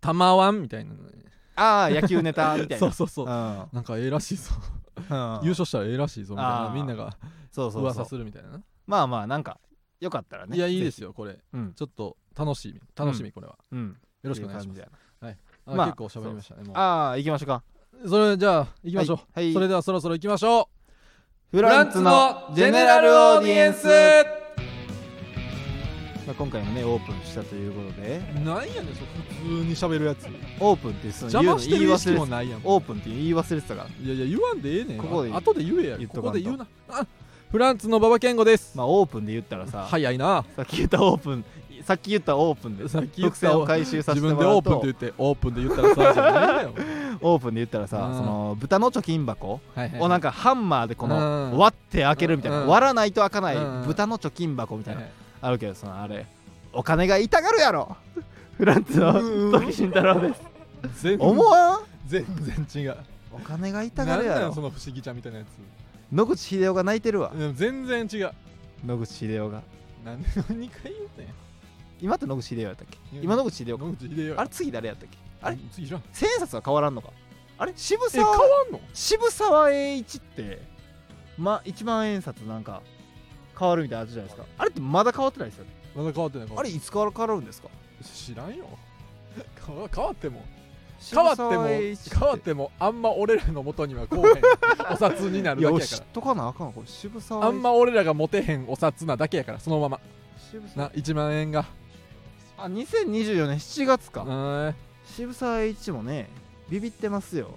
Speaker 1: たまわんみたいなのね
Speaker 2: ああ野球ネタみた いな
Speaker 1: そうそうそううん
Speaker 2: うん
Speaker 1: なんかええらしいぞ優
Speaker 2: そ
Speaker 1: 勝
Speaker 2: う
Speaker 1: したらええらしいぞみたい
Speaker 2: あ
Speaker 1: な
Speaker 2: ー
Speaker 1: みんなが
Speaker 2: そうそう
Speaker 1: 噂するみたいなな
Speaker 2: まあまあなんかよかったらね
Speaker 1: いやいいです
Speaker 2: よ、
Speaker 1: よこれ
Speaker 2: うん
Speaker 1: ちょっと楽しみ楽しみこれは
Speaker 2: うん、
Speaker 1: よろしくお願いします
Speaker 2: ってう感じ
Speaker 1: あ
Speaker 2: まあ
Speaker 1: 結構喋りましたねも
Speaker 2: だああ行きましょうか
Speaker 1: うそれじゃあ行きましょ
Speaker 2: は
Speaker 1: う
Speaker 2: い、
Speaker 1: それではそろそろ行きましょう
Speaker 2: フランツのジェネラルオーディエンス、まあ、今回もねオープンしたということで
Speaker 1: なんやねんそれ普通に喋るやつ
Speaker 2: オープンってその
Speaker 1: 邪
Speaker 2: 言う
Speaker 1: 魔
Speaker 2: の
Speaker 1: して
Speaker 2: 言い
Speaker 1: る意
Speaker 2: 忘
Speaker 1: 識
Speaker 2: れ
Speaker 1: も
Speaker 2: てた
Speaker 1: ないやん
Speaker 2: オープンって言い忘れてたから
Speaker 1: いやいや言わんでええねん
Speaker 2: ここで
Speaker 1: 後で言えや
Speaker 2: 言っと
Speaker 1: こ
Speaker 2: かんと
Speaker 1: こで言うなあフランツの馬場健吾です
Speaker 2: まあオープンで言ったらさ、
Speaker 1: 早いな
Speaker 2: さっき言ったオープンさっき言ったオープンで
Speaker 1: さっき言っ
Speaker 2: 伏線
Speaker 1: た
Speaker 2: を回収させ
Speaker 1: 自分
Speaker 2: ても
Speaker 1: で
Speaker 2: ら
Speaker 1: オ
Speaker 2: う
Speaker 1: ープンって
Speaker 2: と
Speaker 1: 言ってオープンで言ったらさじゃ ないよ
Speaker 2: オープンで言ったらさ
Speaker 1: うん
Speaker 2: その豚の貯金箱
Speaker 1: はいはい
Speaker 2: をなんかハンマーでこ
Speaker 1: うん
Speaker 2: の割って開けるみたいな
Speaker 1: うん
Speaker 2: 割らないと開かない
Speaker 1: うん
Speaker 2: 豚の貯金箱みたいな
Speaker 1: はい
Speaker 2: あるけどそのあれお金が痛がる やろフランス
Speaker 1: うん
Speaker 2: の時慎太郎です
Speaker 1: 全然
Speaker 2: 思わん
Speaker 1: 全然違う
Speaker 2: お金が痛が
Speaker 1: 何
Speaker 2: るや
Speaker 1: なのそ
Speaker 2: ろ
Speaker 1: の不思議ちゃんみたいなや
Speaker 2: 野口英世が泣いてるわ
Speaker 1: つうん全然違う
Speaker 2: 野口英世が
Speaker 1: 何で2回言ったんや
Speaker 2: 今って野口英世やったっけ
Speaker 1: うん
Speaker 2: 今野口英世か
Speaker 1: 野口秀よ
Speaker 2: あれ次誰やったっけあれ
Speaker 1: 次じゃんえ
Speaker 2: 千円札は変わらんのかあれ渋
Speaker 1: 変わ
Speaker 2: 沢
Speaker 1: んの
Speaker 2: 渋沢栄一って、ま、1万円札なんか変わるみたいなやつじゃないですかあれってまだ変わってないですよね
Speaker 1: まだ変わってない変わ
Speaker 2: あ
Speaker 1: って
Speaker 2: れ
Speaker 1: ない
Speaker 2: いつから変わるんですか
Speaker 1: 知らんよ変わ変わっても変わっても
Speaker 2: 渋沢栄一
Speaker 1: 変わってもあんま俺らの元には来おへん お札になる
Speaker 2: い
Speaker 1: だ
Speaker 2: や
Speaker 1: け
Speaker 2: 俺
Speaker 1: や
Speaker 2: 知
Speaker 1: か
Speaker 2: っとかなあかんこれ渋沢栄
Speaker 1: ら
Speaker 2: 一
Speaker 1: あんま俺らが持てへんお札なだけやからそのまま
Speaker 2: 渋沢
Speaker 1: な1万円が
Speaker 2: あ2024年7月
Speaker 1: う
Speaker 2: か、
Speaker 1: ーん
Speaker 2: 渋沢栄一もねビビってますよ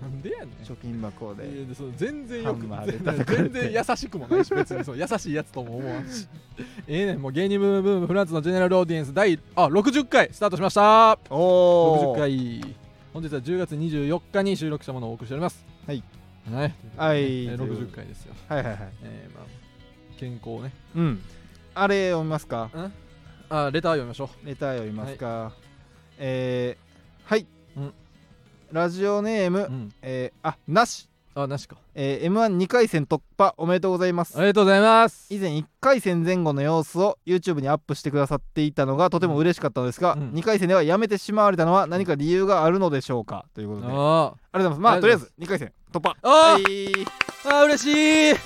Speaker 1: なんでやねん
Speaker 2: 貯金箱で
Speaker 1: いやその全然よく
Speaker 2: ハンマーで
Speaker 1: 全
Speaker 2: 叩
Speaker 1: 然
Speaker 2: かれて
Speaker 1: 全然優しくもないし別にその優しいやつとも思わんし ええねんもう芸人ブームブームフランスのジェネラルオーディエンス第あ60回スタートしました
Speaker 2: お
Speaker 1: 60回本日は10月24日に収録したものをお送りしております
Speaker 2: はい
Speaker 1: はい、
Speaker 2: は
Speaker 1: え
Speaker 2: い
Speaker 1: ー60回ですよ、
Speaker 2: はいはいはい
Speaker 1: えーまあ、健康ね
Speaker 2: うんあれ読みますか
Speaker 1: あレター読みましょ
Speaker 2: レター読みますか、えーはい、
Speaker 1: うん
Speaker 2: ラジオネーム、
Speaker 1: う、うん、
Speaker 2: えーあなし、
Speaker 1: あなしか
Speaker 2: えー、m 1 2回戦突破おめでとうございます
Speaker 1: ありがとうございます
Speaker 2: 以前1回戦前後の様子を YouTube にアップしてくださっていたのがとても嬉しかったのですが、
Speaker 1: うんうん
Speaker 2: 2回戦ではやめてしまわれたのは何か理由があるのでしょうかということでありが
Speaker 1: あー
Speaker 2: とうございますま
Speaker 1: あ
Speaker 2: あ
Speaker 1: り
Speaker 2: とりあ
Speaker 1: が
Speaker 2: え
Speaker 1: とう
Speaker 2: ず2回戦突破
Speaker 1: あー、
Speaker 2: はい
Speaker 1: あー嬉しい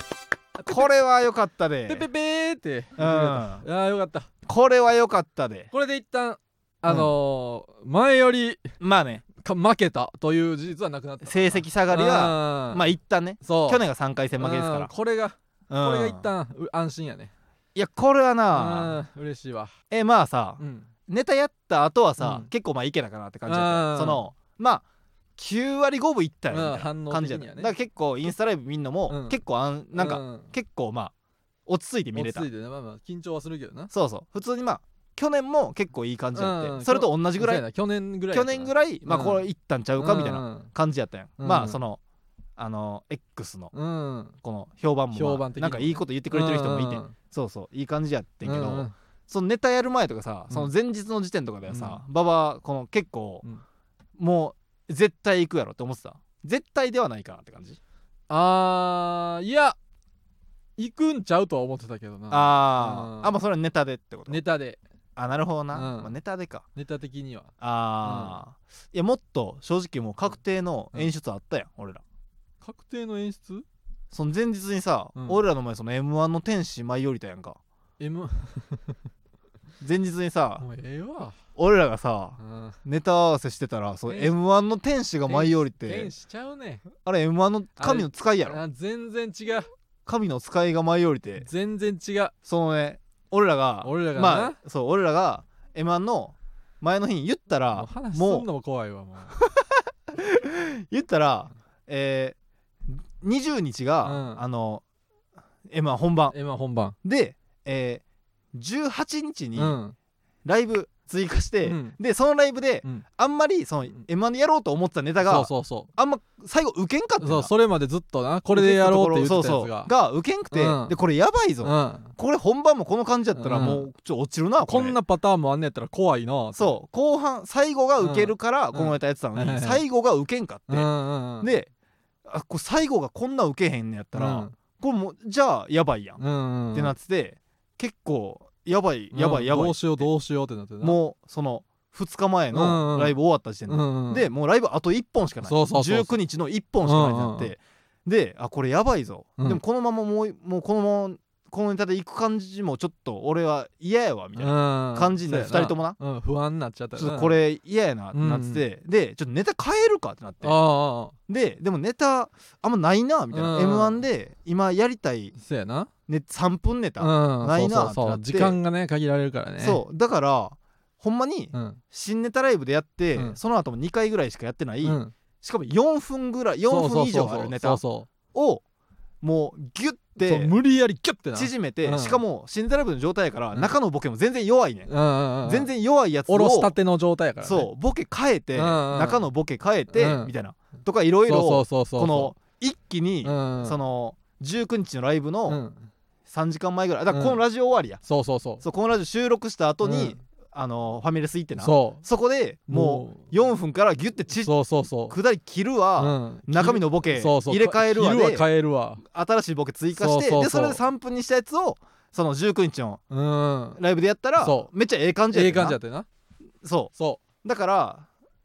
Speaker 2: これは良かった
Speaker 1: ペ
Speaker 2: で
Speaker 1: ペペーって
Speaker 2: うん
Speaker 1: あーよかった
Speaker 2: これは良かったで
Speaker 1: これで一旦あのー前より
Speaker 2: まあね
Speaker 1: か負けたという事実はなくなった
Speaker 2: 成績下がりは
Speaker 1: は
Speaker 2: まあ一旦ね
Speaker 1: そう
Speaker 2: 去年が3回戦負けですから
Speaker 1: うんこれが
Speaker 2: うん
Speaker 1: これが一旦う安心やね
Speaker 2: いやこれはな
Speaker 1: うん嬉しいわ
Speaker 2: えまあさ
Speaker 1: うん
Speaker 2: ネタやった後はさ、
Speaker 1: うん
Speaker 2: 結構まあいけたかなって感じだった
Speaker 1: うん
Speaker 2: そのまあ9割5分いったよみ
Speaker 1: まあ
Speaker 2: たい
Speaker 1: 反
Speaker 2: な
Speaker 1: 応
Speaker 2: 感
Speaker 1: 的
Speaker 2: じやった
Speaker 1: には
Speaker 2: だ
Speaker 1: ね
Speaker 2: から結構インスタライブ見んの
Speaker 1: う
Speaker 2: も
Speaker 1: ん
Speaker 2: 結構あんなんか
Speaker 1: うん
Speaker 2: 結構まあ落ち着いて見れた
Speaker 1: 落ち着いてねまあまあ緊張はするけどな
Speaker 2: そうそう普通にまあ去年も結構いい感じやって、
Speaker 1: うん
Speaker 2: それと同じぐら
Speaker 1: そうや
Speaker 2: い
Speaker 1: な去年ぐらい
Speaker 2: 去年ぐ
Speaker 1: い
Speaker 2: らいまあ
Speaker 1: うん
Speaker 2: これいったんちゃうかみたいな感じやったやん、
Speaker 1: うん
Speaker 2: まあそのあの X の
Speaker 1: うん、うん、
Speaker 2: この評判も、まあ
Speaker 1: 評判的に
Speaker 2: な
Speaker 1: も
Speaker 2: んかいいこと言ってくれてる人もい
Speaker 1: う
Speaker 2: て、
Speaker 1: んうんうん
Speaker 2: そうそういい感じやってんけど、
Speaker 1: うんうん
Speaker 2: そのネタやる前とかさ
Speaker 1: うん
Speaker 2: その前日の時点とかではさ、馬場この結構、
Speaker 1: うん
Speaker 2: もう絶対行くやろって思ってた絶対ではないかなって感じ
Speaker 1: あーいや行くんちゃうとは思ってたけどな
Speaker 2: あー、
Speaker 1: うん
Speaker 2: あまあそれはネタでってこと
Speaker 1: ネタで
Speaker 2: あなるほどな、
Speaker 1: うん
Speaker 2: まあ、ネタでか
Speaker 1: ネタ的には
Speaker 2: あー、いやもっと正直もう確定の演出あったやん、俺ら
Speaker 1: 確定の演出
Speaker 2: その前日にさ、
Speaker 1: うん
Speaker 2: 俺らの前その m 1の天使舞い降りたやんか
Speaker 1: M
Speaker 2: 前日にさ、
Speaker 1: もうええわ、
Speaker 2: 俺らがさ
Speaker 1: うん、
Speaker 2: ネタ合わせしてたらその
Speaker 1: 天使
Speaker 2: m 1の天使が舞い降りて
Speaker 1: 天使ちゃうね
Speaker 2: あれ m 1の神の使いやろ
Speaker 1: あ全然違う
Speaker 2: 神の使いが舞い降りて
Speaker 1: 全然違う
Speaker 2: そのね俺らが
Speaker 1: 俺らがな
Speaker 2: まあそう俺らが m 1の前の日に言った
Speaker 1: もう
Speaker 2: ら
Speaker 1: 話す
Speaker 2: も
Speaker 1: んのも怖いわも う、
Speaker 2: う言ったらえー20日
Speaker 1: う
Speaker 2: が
Speaker 1: ん
Speaker 2: あの m 1本番
Speaker 1: 今本番
Speaker 2: でえー18日に
Speaker 1: うん
Speaker 2: ライブ追加して
Speaker 1: うん
Speaker 2: でそのライブで
Speaker 1: うん
Speaker 2: あんまりその
Speaker 1: ん
Speaker 2: m 1でやろうと思ってたネタ
Speaker 1: そう
Speaker 2: が
Speaker 1: そうそ
Speaker 2: あんま最後受けんかった
Speaker 1: う
Speaker 2: よ
Speaker 1: そう
Speaker 2: な
Speaker 1: それまでずっとなこれでやろうって言ってたや
Speaker 2: そう
Speaker 1: つ
Speaker 2: そう
Speaker 1: が
Speaker 2: が受けんくて、
Speaker 1: うん
Speaker 2: でこれやばいぞ、
Speaker 1: うん
Speaker 2: これ本番もこの感じだったら
Speaker 1: うん
Speaker 2: もうちょっと落ちるな
Speaker 1: こ
Speaker 2: れ
Speaker 1: んなパターンもあんねやったら怖いな
Speaker 2: そう後半最後が受けるから
Speaker 1: ん
Speaker 2: このネタやってたのに、
Speaker 1: うん
Speaker 2: 最後が受けんかって、
Speaker 1: うんうんうん、
Speaker 2: であこれ最後がこんな受けへんねやったら、
Speaker 1: うん
Speaker 2: これもうじゃあやばいやん、
Speaker 1: うんうんうん、
Speaker 2: ってなってて結構やばい
Speaker 1: うん
Speaker 2: やばいやばい、
Speaker 1: どうしようどうしようってなってな
Speaker 2: もうその2日前
Speaker 1: うんう
Speaker 2: の
Speaker 1: ん
Speaker 2: ライブ終わった時
Speaker 1: う
Speaker 2: 点
Speaker 1: ん
Speaker 2: で、
Speaker 1: うんうん、
Speaker 2: でもうライブあと1本しかない
Speaker 1: そうそうそうそう
Speaker 2: 19日の1本しかないってなって、
Speaker 1: うんう
Speaker 2: であこれやばいぞ、
Speaker 1: うん
Speaker 2: でもこのままもうもうこのままこのネタで行く感じもちょっと俺は嫌やわみたいな、感
Speaker 1: 感
Speaker 2: じになる二人ともな、
Speaker 1: うん、不安になっちゃったよ
Speaker 2: ち
Speaker 1: な
Speaker 2: ょっとこれ嫌やなってなってて、でちょっとネタ変えるかってなって
Speaker 1: ああああ
Speaker 2: ででもネタあんまないなみたいな、
Speaker 1: うん
Speaker 2: m 1で今やりたい、
Speaker 1: そうやな、
Speaker 2: ね、3分ネタ、
Speaker 1: うん、
Speaker 2: ない
Speaker 1: そうそ
Speaker 2: な
Speaker 1: う
Speaker 2: って
Speaker 1: そ
Speaker 2: なっ
Speaker 1: う
Speaker 2: て
Speaker 1: 時間がね限られるからね
Speaker 2: そうだからほんまに
Speaker 1: う、うん
Speaker 2: 新ネタライブでやって、
Speaker 1: うん
Speaker 2: その後も2回ぐらいしかやってない、
Speaker 1: うん、
Speaker 2: しかも4分ぐらい4分以上あるネタ
Speaker 1: そうそう
Speaker 2: をもうギ
Speaker 1: そ
Speaker 2: ュッ
Speaker 1: うそう
Speaker 2: て
Speaker 1: 無理やりキュッてな
Speaker 2: 縮めて、
Speaker 1: うん
Speaker 2: しかも新ネタライブの状態やから、
Speaker 1: うん
Speaker 2: 中のボケも全然弱いね、ん
Speaker 1: うんうんうん、
Speaker 2: 全然弱いやつを
Speaker 1: おろしたての状態やから、ね、
Speaker 2: そうボケ変えて、
Speaker 1: うんうん
Speaker 2: 中のボケ変えて、
Speaker 1: うん
Speaker 2: みたいなとかいろい
Speaker 1: そう
Speaker 2: ろ
Speaker 1: そうそうそう
Speaker 2: この一気に、
Speaker 1: うんうん
Speaker 2: その19日のライブ
Speaker 1: う
Speaker 2: の
Speaker 1: ん、
Speaker 2: 3時間前ぐらいだからこの
Speaker 1: うん
Speaker 2: ラジオ終わりや、
Speaker 1: そうそうそう
Speaker 2: そうこのラジオ収録した後に、
Speaker 1: うん
Speaker 2: あのファミレス行ってなそ
Speaker 1: そ
Speaker 2: こで
Speaker 1: う
Speaker 2: もう4分からギュッてち
Speaker 1: うそうそうそう
Speaker 2: 下り切るわ、
Speaker 1: うん
Speaker 2: 中身のボケ
Speaker 1: そうそう
Speaker 2: 入れ替えるわ
Speaker 1: 昼は
Speaker 2: で
Speaker 1: 変えるわ
Speaker 2: 新しいボケ追加し
Speaker 1: そうそ
Speaker 2: て
Speaker 1: うそう
Speaker 2: でそれで3分にしたやつをその19日の
Speaker 1: うん
Speaker 2: ライブでやったら
Speaker 1: そ
Speaker 2: めっちゃええ感じや
Speaker 1: え
Speaker 2: っ
Speaker 1: え
Speaker 2: た
Speaker 1: 感
Speaker 2: な
Speaker 1: じやったよな
Speaker 2: そ
Speaker 1: そう
Speaker 2: だから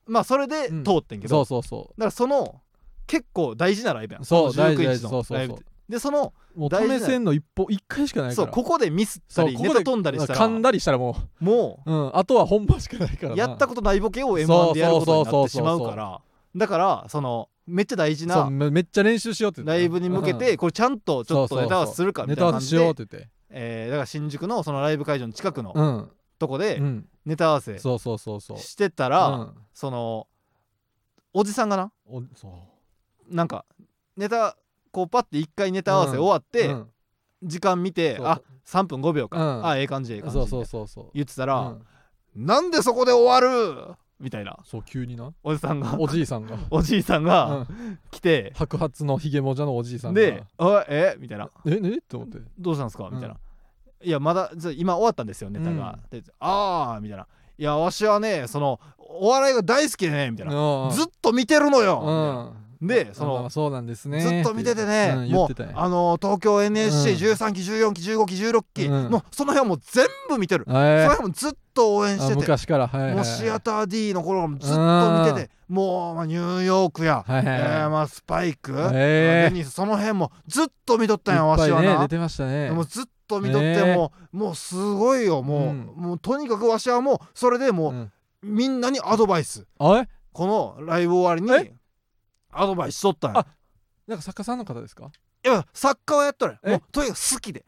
Speaker 2: まあそれで
Speaker 1: うん
Speaker 2: 通ってんけ
Speaker 1: う
Speaker 2: ど、
Speaker 1: そう
Speaker 2: だ
Speaker 1: そうそ
Speaker 2: からその結構大事なライブやん
Speaker 1: そう
Speaker 2: の19
Speaker 1: 大事
Speaker 2: 日
Speaker 1: 大事そう
Speaker 2: の
Speaker 1: そうそう
Speaker 2: ライブってでその
Speaker 1: うもう
Speaker 2: 大事な
Speaker 1: 試せんの一歩一回しかないか
Speaker 2: そう
Speaker 1: ら
Speaker 2: ここでミスった
Speaker 1: そう
Speaker 2: り
Speaker 1: こ
Speaker 2: ネ
Speaker 1: こで
Speaker 2: タ飛んだりしたら
Speaker 1: 噛んだりしたらも
Speaker 2: も
Speaker 1: う、うん、あとは本番しかないから
Speaker 2: う
Speaker 1: な
Speaker 2: やったことないボケを m
Speaker 1: そ
Speaker 2: 1
Speaker 1: う
Speaker 2: でやることにな
Speaker 1: そ
Speaker 2: って
Speaker 1: う
Speaker 2: し
Speaker 1: そうそう
Speaker 2: まうからだからそのめっちゃ大事
Speaker 1: そう
Speaker 2: な
Speaker 1: めめっちゃ練習しようって言って
Speaker 2: ライブに向けてこれちゃんとちょっ
Speaker 1: そ
Speaker 2: と
Speaker 1: うそうそう
Speaker 2: ネタ合わせするかみ
Speaker 1: ネ
Speaker 2: たい
Speaker 1: タ合わ
Speaker 2: な感
Speaker 1: せ
Speaker 2: じ
Speaker 1: しようっ
Speaker 2: で
Speaker 1: て言って
Speaker 2: えーだから新宿のそのライブ会場の近くの
Speaker 1: うん、
Speaker 2: とこで
Speaker 1: うん、
Speaker 2: ネタ合わせ
Speaker 1: そうそうそうそう
Speaker 2: してた
Speaker 1: う
Speaker 2: ら
Speaker 1: ん
Speaker 2: そのおじさんがな
Speaker 1: おそ
Speaker 2: なんかネタこうパッて1回ネタ合わせ終わっ
Speaker 1: うう
Speaker 2: て
Speaker 1: ん
Speaker 2: 時間見て
Speaker 1: そう
Speaker 2: あ3分5秒
Speaker 1: うん
Speaker 2: かあええ感じええ感じ
Speaker 1: そうそ
Speaker 2: み
Speaker 1: う
Speaker 2: た
Speaker 1: そ
Speaker 2: いな
Speaker 1: うそう
Speaker 2: 言ってた
Speaker 1: う
Speaker 2: ら
Speaker 1: ん
Speaker 2: なんでそこで終わるみたいな
Speaker 1: そう急に な
Speaker 2: おじさんが
Speaker 1: おじいさんが
Speaker 2: おじいさん
Speaker 1: う
Speaker 2: が
Speaker 1: ん
Speaker 2: 来て
Speaker 1: 白髪のひげもじゃのおじいさんが
Speaker 2: で「あえみたいな
Speaker 1: えねって思って
Speaker 2: 「どうしたんですか?」みたいな
Speaker 1: う
Speaker 2: 「いやまだじゃあ今終わったんですよネタが」でああ」みたいな「いやわしはねそのお笑いが大好きでね」みたいな「ずっと見てるのよ」みたいな
Speaker 1: うん
Speaker 2: でその
Speaker 1: まあそうなんですね
Speaker 2: ずっと見てて
Speaker 1: う
Speaker 2: ね、
Speaker 1: ん言
Speaker 2: も
Speaker 1: っ
Speaker 2: う
Speaker 1: てたんや
Speaker 2: あの東京 NSC13 期14期15期16期、
Speaker 1: うん
Speaker 2: もうその辺はもう全部見てる、
Speaker 1: え
Speaker 2: そ
Speaker 1: ー
Speaker 2: の辺もずっと応援し
Speaker 1: あ
Speaker 2: てて、
Speaker 1: 昔からはいはいはい
Speaker 2: もうシアター D の頃からもずっと見てて、もうまあニューヨークや、
Speaker 1: はいはいはい
Speaker 2: えーまあスパイク、
Speaker 1: えー
Speaker 2: デニスその辺もずっと見とったんやわ
Speaker 1: いっ
Speaker 2: しは
Speaker 1: ぱいね
Speaker 2: な
Speaker 1: 出。てましたね
Speaker 2: もうずっと見とって、
Speaker 1: ね
Speaker 2: もうもうすごいよもう,、
Speaker 1: うん
Speaker 2: もうとにかくわしはもうそれでもう、
Speaker 1: うん
Speaker 2: みんなにアドバイス
Speaker 1: あえ
Speaker 2: このライブ終わりにアドバイスしとったんや
Speaker 1: あなんか作家さんの方ですか
Speaker 2: いや作家はやっとる
Speaker 1: え
Speaker 2: もうとにかく好きで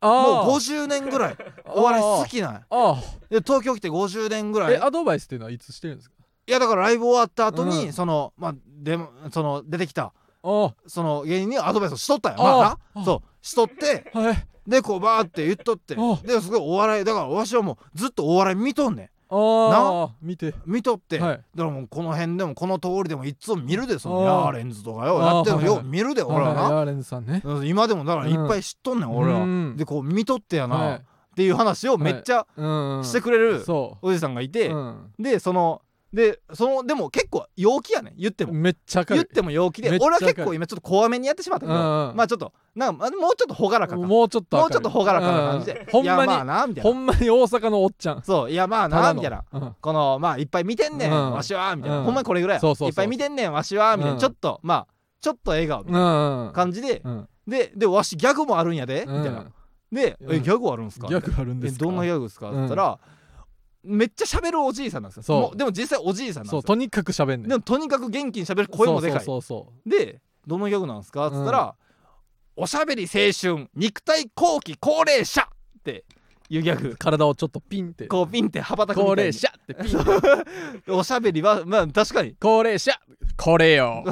Speaker 1: ああ
Speaker 2: もう50年ぐ らいお笑い好きなんや
Speaker 1: ああ
Speaker 2: で東京来て50年ぐら
Speaker 1: え
Speaker 2: い
Speaker 1: アドバイスっていうのはいつしてるんですか
Speaker 2: いやだからライブ終わった後に、
Speaker 1: うん
Speaker 2: そのまあでもその出てきた
Speaker 1: あ
Speaker 2: その芸人にアドバイスをしとったんや
Speaker 1: あ
Speaker 2: まあ
Speaker 1: あ
Speaker 2: なそうしとって
Speaker 1: あはい
Speaker 2: でこうバーって言っとって
Speaker 1: あ
Speaker 2: ですごいお笑いだからわしはもうずっとお笑い見とんねん
Speaker 1: ああ見て
Speaker 2: 見とって、
Speaker 1: はい
Speaker 2: だからもうこの辺でもこの通りでもいつも見るでその
Speaker 1: あー
Speaker 2: ヤーレンズとかよやってる
Speaker 1: あ
Speaker 2: の
Speaker 1: ー
Speaker 2: よう見るで俺
Speaker 1: は
Speaker 2: は
Speaker 1: い
Speaker 2: な
Speaker 1: ヤーレンズさんね
Speaker 2: 今でもだからいっぱい知っとんねん、俺
Speaker 1: う
Speaker 2: は
Speaker 1: ん
Speaker 2: でこう見とってやな、
Speaker 1: はい
Speaker 2: っていう話をめっちゃ
Speaker 1: うん
Speaker 2: してくれる
Speaker 1: そ
Speaker 2: おじさんがいうて、
Speaker 1: うん
Speaker 2: でそのでそのでも結構陽気やねん言っても
Speaker 1: めっちゃ明
Speaker 2: 言っ
Speaker 1: るい
Speaker 2: ても陽気で
Speaker 1: めっちゃ
Speaker 2: 俺は
Speaker 1: 明るい
Speaker 2: 結構今ちょっと怖めにやってしまったけど、
Speaker 1: うんうん
Speaker 2: まあちょっとなんかまもうちょっと朗らかかも
Speaker 1: もうちょっと明るいう
Speaker 2: ちょっと朗らかな感じで、
Speaker 1: うんほん
Speaker 2: いやま
Speaker 1: ま
Speaker 2: あ
Speaker 1: に
Speaker 2: なみたい
Speaker 1: ほ
Speaker 2: なん
Speaker 1: まに大阪のおっちゃん
Speaker 2: そういやまあ
Speaker 1: ただ
Speaker 2: な
Speaker 1: の
Speaker 2: みたいな
Speaker 1: うん
Speaker 2: このまあいっぱい見てんねん、
Speaker 1: うん
Speaker 2: わしはみたいな、
Speaker 1: うん
Speaker 2: ほんまにこれぐらいや
Speaker 1: そうそうそう
Speaker 2: っぱい見てんねんわしはみたいな、
Speaker 1: うん
Speaker 2: ちょっとまあちょっと笑顔みたい
Speaker 1: うん
Speaker 2: な感じで、
Speaker 1: うん
Speaker 2: ででわしギャグもあるんやで、みたいなで、
Speaker 1: うん
Speaker 2: えギャグあるんすか
Speaker 1: ギャグあるんで
Speaker 2: え
Speaker 1: すか
Speaker 2: どんなギャグですかって言ったら、めっちゃ喋るおじいさんなんですよ
Speaker 1: そう
Speaker 2: もうでも実際おじいさんなんです
Speaker 1: そ
Speaker 2: よ
Speaker 1: うとにかく喋んねん
Speaker 2: でもとにかく元気に喋る声もでかい
Speaker 1: そうそうそう
Speaker 2: でどのギャグなんですかって言ったら、おしゃべり青春肉体後期高齢者」っていうギ ャ
Speaker 1: そう
Speaker 2: グ
Speaker 1: 体をちょっとピンって
Speaker 2: こうピンって羽ばたくみた
Speaker 1: 高
Speaker 2: い
Speaker 1: 齢
Speaker 2: に
Speaker 1: 者ってピンって
Speaker 2: おしゃべりはまあ確かに
Speaker 1: 高齢者これよ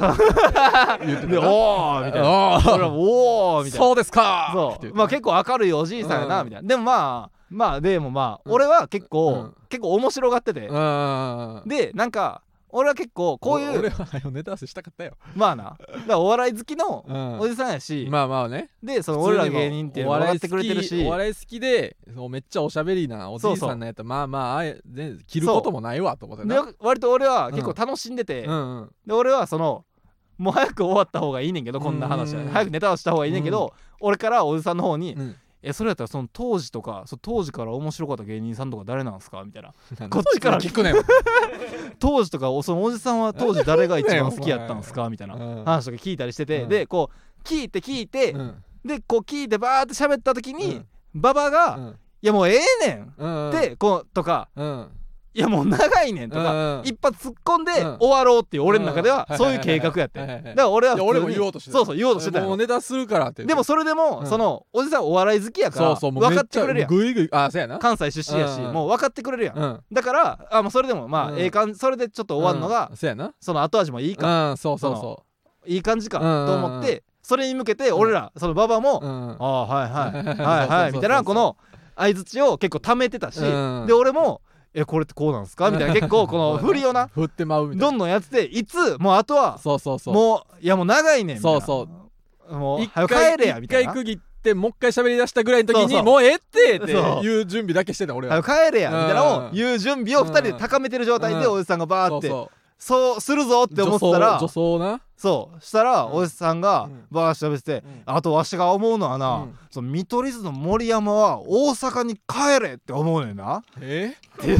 Speaker 1: 言って
Speaker 2: で「お
Speaker 1: た
Speaker 2: ー」みたいな
Speaker 1: あ
Speaker 2: それは
Speaker 1: ー
Speaker 2: 「おー」みたいな
Speaker 1: そうですか
Speaker 2: そうまあ結構明るいおじいさんやな
Speaker 1: うん
Speaker 2: みたいなでもまあまあでもまあ
Speaker 1: うん
Speaker 2: 俺は結
Speaker 1: う
Speaker 2: 構
Speaker 1: ん
Speaker 2: 結構面白がってて
Speaker 1: 構
Speaker 2: でなんか俺は結構こうい
Speaker 1: 俺
Speaker 2: う
Speaker 1: はよネタ合わせしたかったよ
Speaker 2: まあなだからお笑い好きの
Speaker 1: うん
Speaker 2: おじさんやし
Speaker 1: まあまあね
Speaker 2: でその俺ら芸人っていうの
Speaker 1: お
Speaker 2: も
Speaker 1: 笑
Speaker 2: 笑
Speaker 1: い
Speaker 2: って
Speaker 1: 好き
Speaker 2: くれてるし
Speaker 1: お笑い好きでそうめっちゃおしゃべりなおじいさんのやつまあまああえね着ることもないわと思って
Speaker 2: で
Speaker 1: な
Speaker 2: よ割と俺は結構楽しんでて、
Speaker 1: うんうん
Speaker 2: で俺はそのもう早く終わった方がいいねんけどこんな話は
Speaker 1: うん
Speaker 2: 早くネタをした方がいいねんけど、俺からおじさんの方に「
Speaker 1: うん
Speaker 2: えそれやったらその当時とかその当時から面白かった芸人さんとか誰なんすか?」みたいな
Speaker 1: なんで
Speaker 2: こっちから
Speaker 1: 聞くねん
Speaker 2: 「当時とかおそのおじさんは当時誰が一番好きやったんすか?」みたいな
Speaker 1: うん
Speaker 2: 話とか聞いたりしてて、
Speaker 1: うん
Speaker 2: でこう聞いて聞いて、
Speaker 1: うん
Speaker 2: でこう聞いてバーって喋った時に、
Speaker 1: うん
Speaker 2: 馬場が「いやもうええねん!」
Speaker 1: うん
Speaker 2: でこうとか
Speaker 1: うん
Speaker 2: 「いやもう長いねん!」とか、
Speaker 1: か
Speaker 2: 一発突っ込んで
Speaker 1: うん
Speaker 2: 終わろうっていう俺の中ではそういう計画やって
Speaker 1: だ
Speaker 2: だか
Speaker 1: から
Speaker 2: 俺は普通に
Speaker 1: 俺も言おうとしてた
Speaker 2: そうそう言おうとしてた
Speaker 1: もう
Speaker 2: よ
Speaker 1: ネタするからって
Speaker 2: でもそれで
Speaker 1: う
Speaker 2: も
Speaker 1: ん
Speaker 2: そのおじさんお笑い好きやか
Speaker 1: そう
Speaker 2: ら
Speaker 1: そう
Speaker 2: 分
Speaker 1: もうめっ
Speaker 2: かっ
Speaker 1: ち
Speaker 2: て
Speaker 1: ゃ
Speaker 2: くれるやん
Speaker 1: グイグイあそうやな
Speaker 2: 関西出身やし
Speaker 1: うん
Speaker 2: もう分かってくれるやん
Speaker 1: うん
Speaker 2: だからあもうそれでもま
Speaker 1: う
Speaker 2: あ
Speaker 1: ん
Speaker 2: ええ感じそれでちょっと終わるのが
Speaker 1: うんそうやな
Speaker 2: その後味もいいか
Speaker 1: うんそうそうそ
Speaker 2: いい感じか
Speaker 1: うん
Speaker 2: と思
Speaker 1: う
Speaker 2: っ
Speaker 1: ん
Speaker 2: てそれに向けて俺らその馬場も
Speaker 1: ううん
Speaker 2: ああはいはい はいはいみたい
Speaker 1: そ
Speaker 2: な
Speaker 1: うそ
Speaker 2: こ
Speaker 1: うそう
Speaker 2: の相槌を結構溜めてたし
Speaker 1: うん
Speaker 2: で俺もえこれってこうなんすかみ たいな結構この振りをな
Speaker 1: 振ってまうみたい
Speaker 2: ど
Speaker 1: なん
Speaker 2: どんやってていつもうあとは
Speaker 1: そうそうそう
Speaker 2: もういやもう長いねんみたいな
Speaker 1: そう
Speaker 2: もう
Speaker 1: 一
Speaker 2: 早く
Speaker 1: 回
Speaker 2: 帰れやみたい
Speaker 1: 一
Speaker 2: な
Speaker 1: 回区切ってもう一回喋り出したぐらいの時に
Speaker 2: そうそう
Speaker 1: もうええってって
Speaker 2: そう
Speaker 1: いう準備だけしてた俺は
Speaker 2: 早く帰れやみたいなの
Speaker 1: う
Speaker 2: を
Speaker 1: ん
Speaker 2: 言う準備を二人で高めてる状態で
Speaker 1: うん
Speaker 2: おじさんがバ
Speaker 1: そ
Speaker 2: ー
Speaker 1: う
Speaker 2: って
Speaker 1: そ
Speaker 2: そうするぞっ
Speaker 1: う
Speaker 2: て思ってたら
Speaker 1: 女装女装
Speaker 2: そうしたら
Speaker 1: うん
Speaker 2: おじさんが
Speaker 1: うん
Speaker 2: バーッ喋ってて
Speaker 1: うん
Speaker 2: あとわしが思うのは
Speaker 1: う
Speaker 2: なんその見取り図の森山は大阪に帰れって思うねんな
Speaker 1: なえ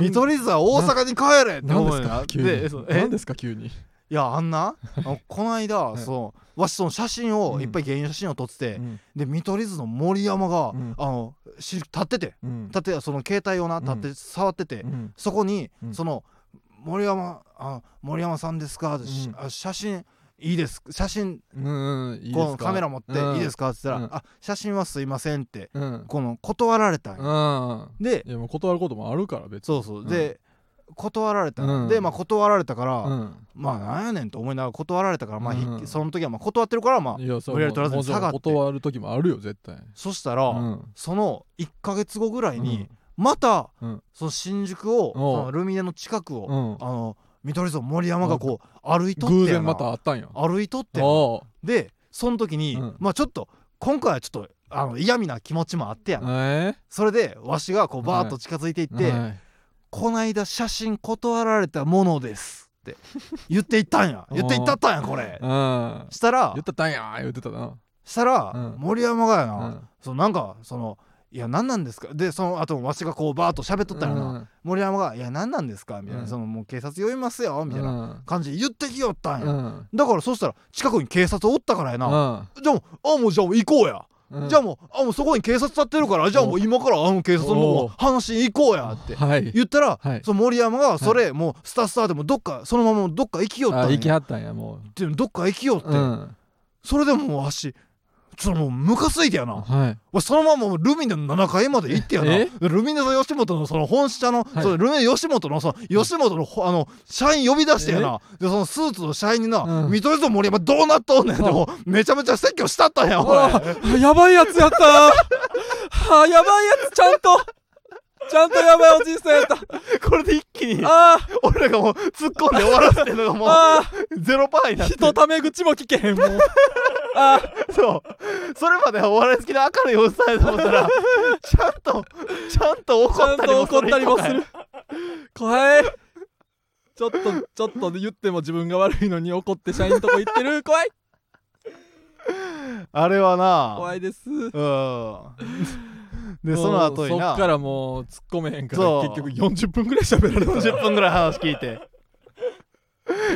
Speaker 2: 見取り図は大阪に帰れって
Speaker 1: なん
Speaker 2: 思
Speaker 1: で
Speaker 2: う
Speaker 1: す
Speaker 2: ねんな
Speaker 1: か急
Speaker 2: でそう
Speaker 1: に
Speaker 2: え
Speaker 1: 何ですか急に
Speaker 2: いやあんなあのこの間
Speaker 1: い
Speaker 2: そうわしその写真
Speaker 1: う
Speaker 2: を
Speaker 1: ん
Speaker 2: いっぱい芸人の写真を撮ってて
Speaker 1: うん
Speaker 2: で見取り図の森山が
Speaker 1: うん
Speaker 2: あのし立ってて
Speaker 1: うん
Speaker 2: 立ってその携帯をな立って触ってて、
Speaker 1: うん
Speaker 2: そこに、
Speaker 1: うん
Speaker 2: その森山あ森山さんですか、し
Speaker 1: うん
Speaker 2: あ写真いいです写真
Speaker 1: うんうんいいです
Speaker 2: こ
Speaker 1: か
Speaker 2: のカメラ持っていいですかって言ったら、
Speaker 1: うん
Speaker 2: あ写真はすいませんって
Speaker 1: うんうん
Speaker 2: この断られたんや、で
Speaker 1: いやもう断ることもあるから別に
Speaker 2: そうそう、
Speaker 1: ん
Speaker 2: で断られたんや、
Speaker 1: うん
Speaker 2: でまあ断られたから、
Speaker 1: うん
Speaker 2: まあなんやねんと思いながら断られたからまあ、
Speaker 1: うん
Speaker 2: ひその時はまあ断ってるからまあ
Speaker 1: いやそ
Speaker 2: 無
Speaker 1: れ
Speaker 2: 理やり取らずに
Speaker 1: もちろん
Speaker 2: 下がって
Speaker 1: 断る時もあるよ絶対
Speaker 2: そしたら、
Speaker 1: うん
Speaker 2: その1ヶ月後ぐらいに、また、
Speaker 1: うん
Speaker 2: その新宿をそのルミネの近くを、
Speaker 1: うん
Speaker 2: あの見取り図の森山がこう歩いとって
Speaker 1: 偶
Speaker 2: や
Speaker 1: 然
Speaker 2: な
Speaker 1: またあったんや
Speaker 2: 歩いとってやな
Speaker 1: おう
Speaker 2: でその時に、
Speaker 1: うん
Speaker 2: まあちょっと今回はちょっとあの嫌味な気持ちもあってやな、
Speaker 1: え
Speaker 2: それでわしがこうバーッと近づいていっ
Speaker 1: ー
Speaker 2: て「
Speaker 1: はい
Speaker 2: こないだ写真断られたものです」って言っていった んや言っていったったんやこれ
Speaker 1: うん
Speaker 2: したら
Speaker 1: 言ったったんやー言ってたな
Speaker 2: したら、
Speaker 1: うん
Speaker 2: 森山がや
Speaker 1: う
Speaker 2: な、
Speaker 1: ん
Speaker 2: そのなんかその「いや何なんですか?」でその後もわしがこうバーッと喋っとったんやな、
Speaker 1: うん
Speaker 2: 森山が「いや何なんですか?」みたいな、
Speaker 1: うん
Speaker 2: その「もう警察呼びますよ」みたいな感じで言ってきよったんや、
Speaker 1: うん
Speaker 2: だからそしたら近くに警察おったからやな、
Speaker 1: うん
Speaker 2: じゃあもうあもうじゃあもう行こうや、
Speaker 1: うん
Speaker 2: じゃあもうあもうそこに警察立ってるからじゃあもう今からあの警察の
Speaker 1: おう
Speaker 2: もう話に行こうやって
Speaker 1: はい
Speaker 2: 言ったら、
Speaker 1: はい
Speaker 2: その森山がそれ、もうスタスタでもどっかそのままどっか行きよった
Speaker 1: あ
Speaker 2: ん
Speaker 1: 行き
Speaker 2: や
Speaker 1: はったんやも
Speaker 2: でどっか行きよって、
Speaker 1: ううん
Speaker 2: それでもうわしちょっともうムカついてやな
Speaker 1: はい
Speaker 2: 俺そのままもうルミネの7階まで行ってやな
Speaker 1: え
Speaker 2: ルミネの吉本のその本社の、
Speaker 1: い
Speaker 2: そのルミネ吉本のその吉本のほあの社員呼び出してやなでそのスーツの社員にな
Speaker 1: う
Speaker 2: 「
Speaker 1: ん
Speaker 2: 見取り図の森山どうなっとんねん」って
Speaker 1: うん
Speaker 2: もうめちゃめちゃ説教したったんやおい
Speaker 1: あーやばいやつやったなあーやばいやつちゃんとちゃんとやばいおじいさんやった
Speaker 2: これで一気に
Speaker 1: あー
Speaker 2: 俺らがもう突っ込んで終わらせてるのがも
Speaker 1: あー
Speaker 2: うゼロパーになって
Speaker 1: 人ため口も聞けへんもうあー
Speaker 2: そうそれまではお笑い好きで明るいおっさんやと思っ たらちゃんとちゃんと
Speaker 1: ち
Speaker 2: 怒
Speaker 1: ゃ
Speaker 2: っ
Speaker 1: ん
Speaker 2: たり
Speaker 1: と
Speaker 2: も
Speaker 1: 怒ったりもす
Speaker 2: それ以降
Speaker 1: る怖いちょっとちょっと言っても自分が悪いのに怒って社員のとこ行ってる怖い
Speaker 2: ないあれはな
Speaker 1: 怖いです
Speaker 2: うんでその後に
Speaker 1: もうそ
Speaker 2: な
Speaker 1: っからもう突っ込めへんか
Speaker 2: そう
Speaker 1: ら結局40分ぐらい喋られた
Speaker 2: 40分ぐらい話聞いて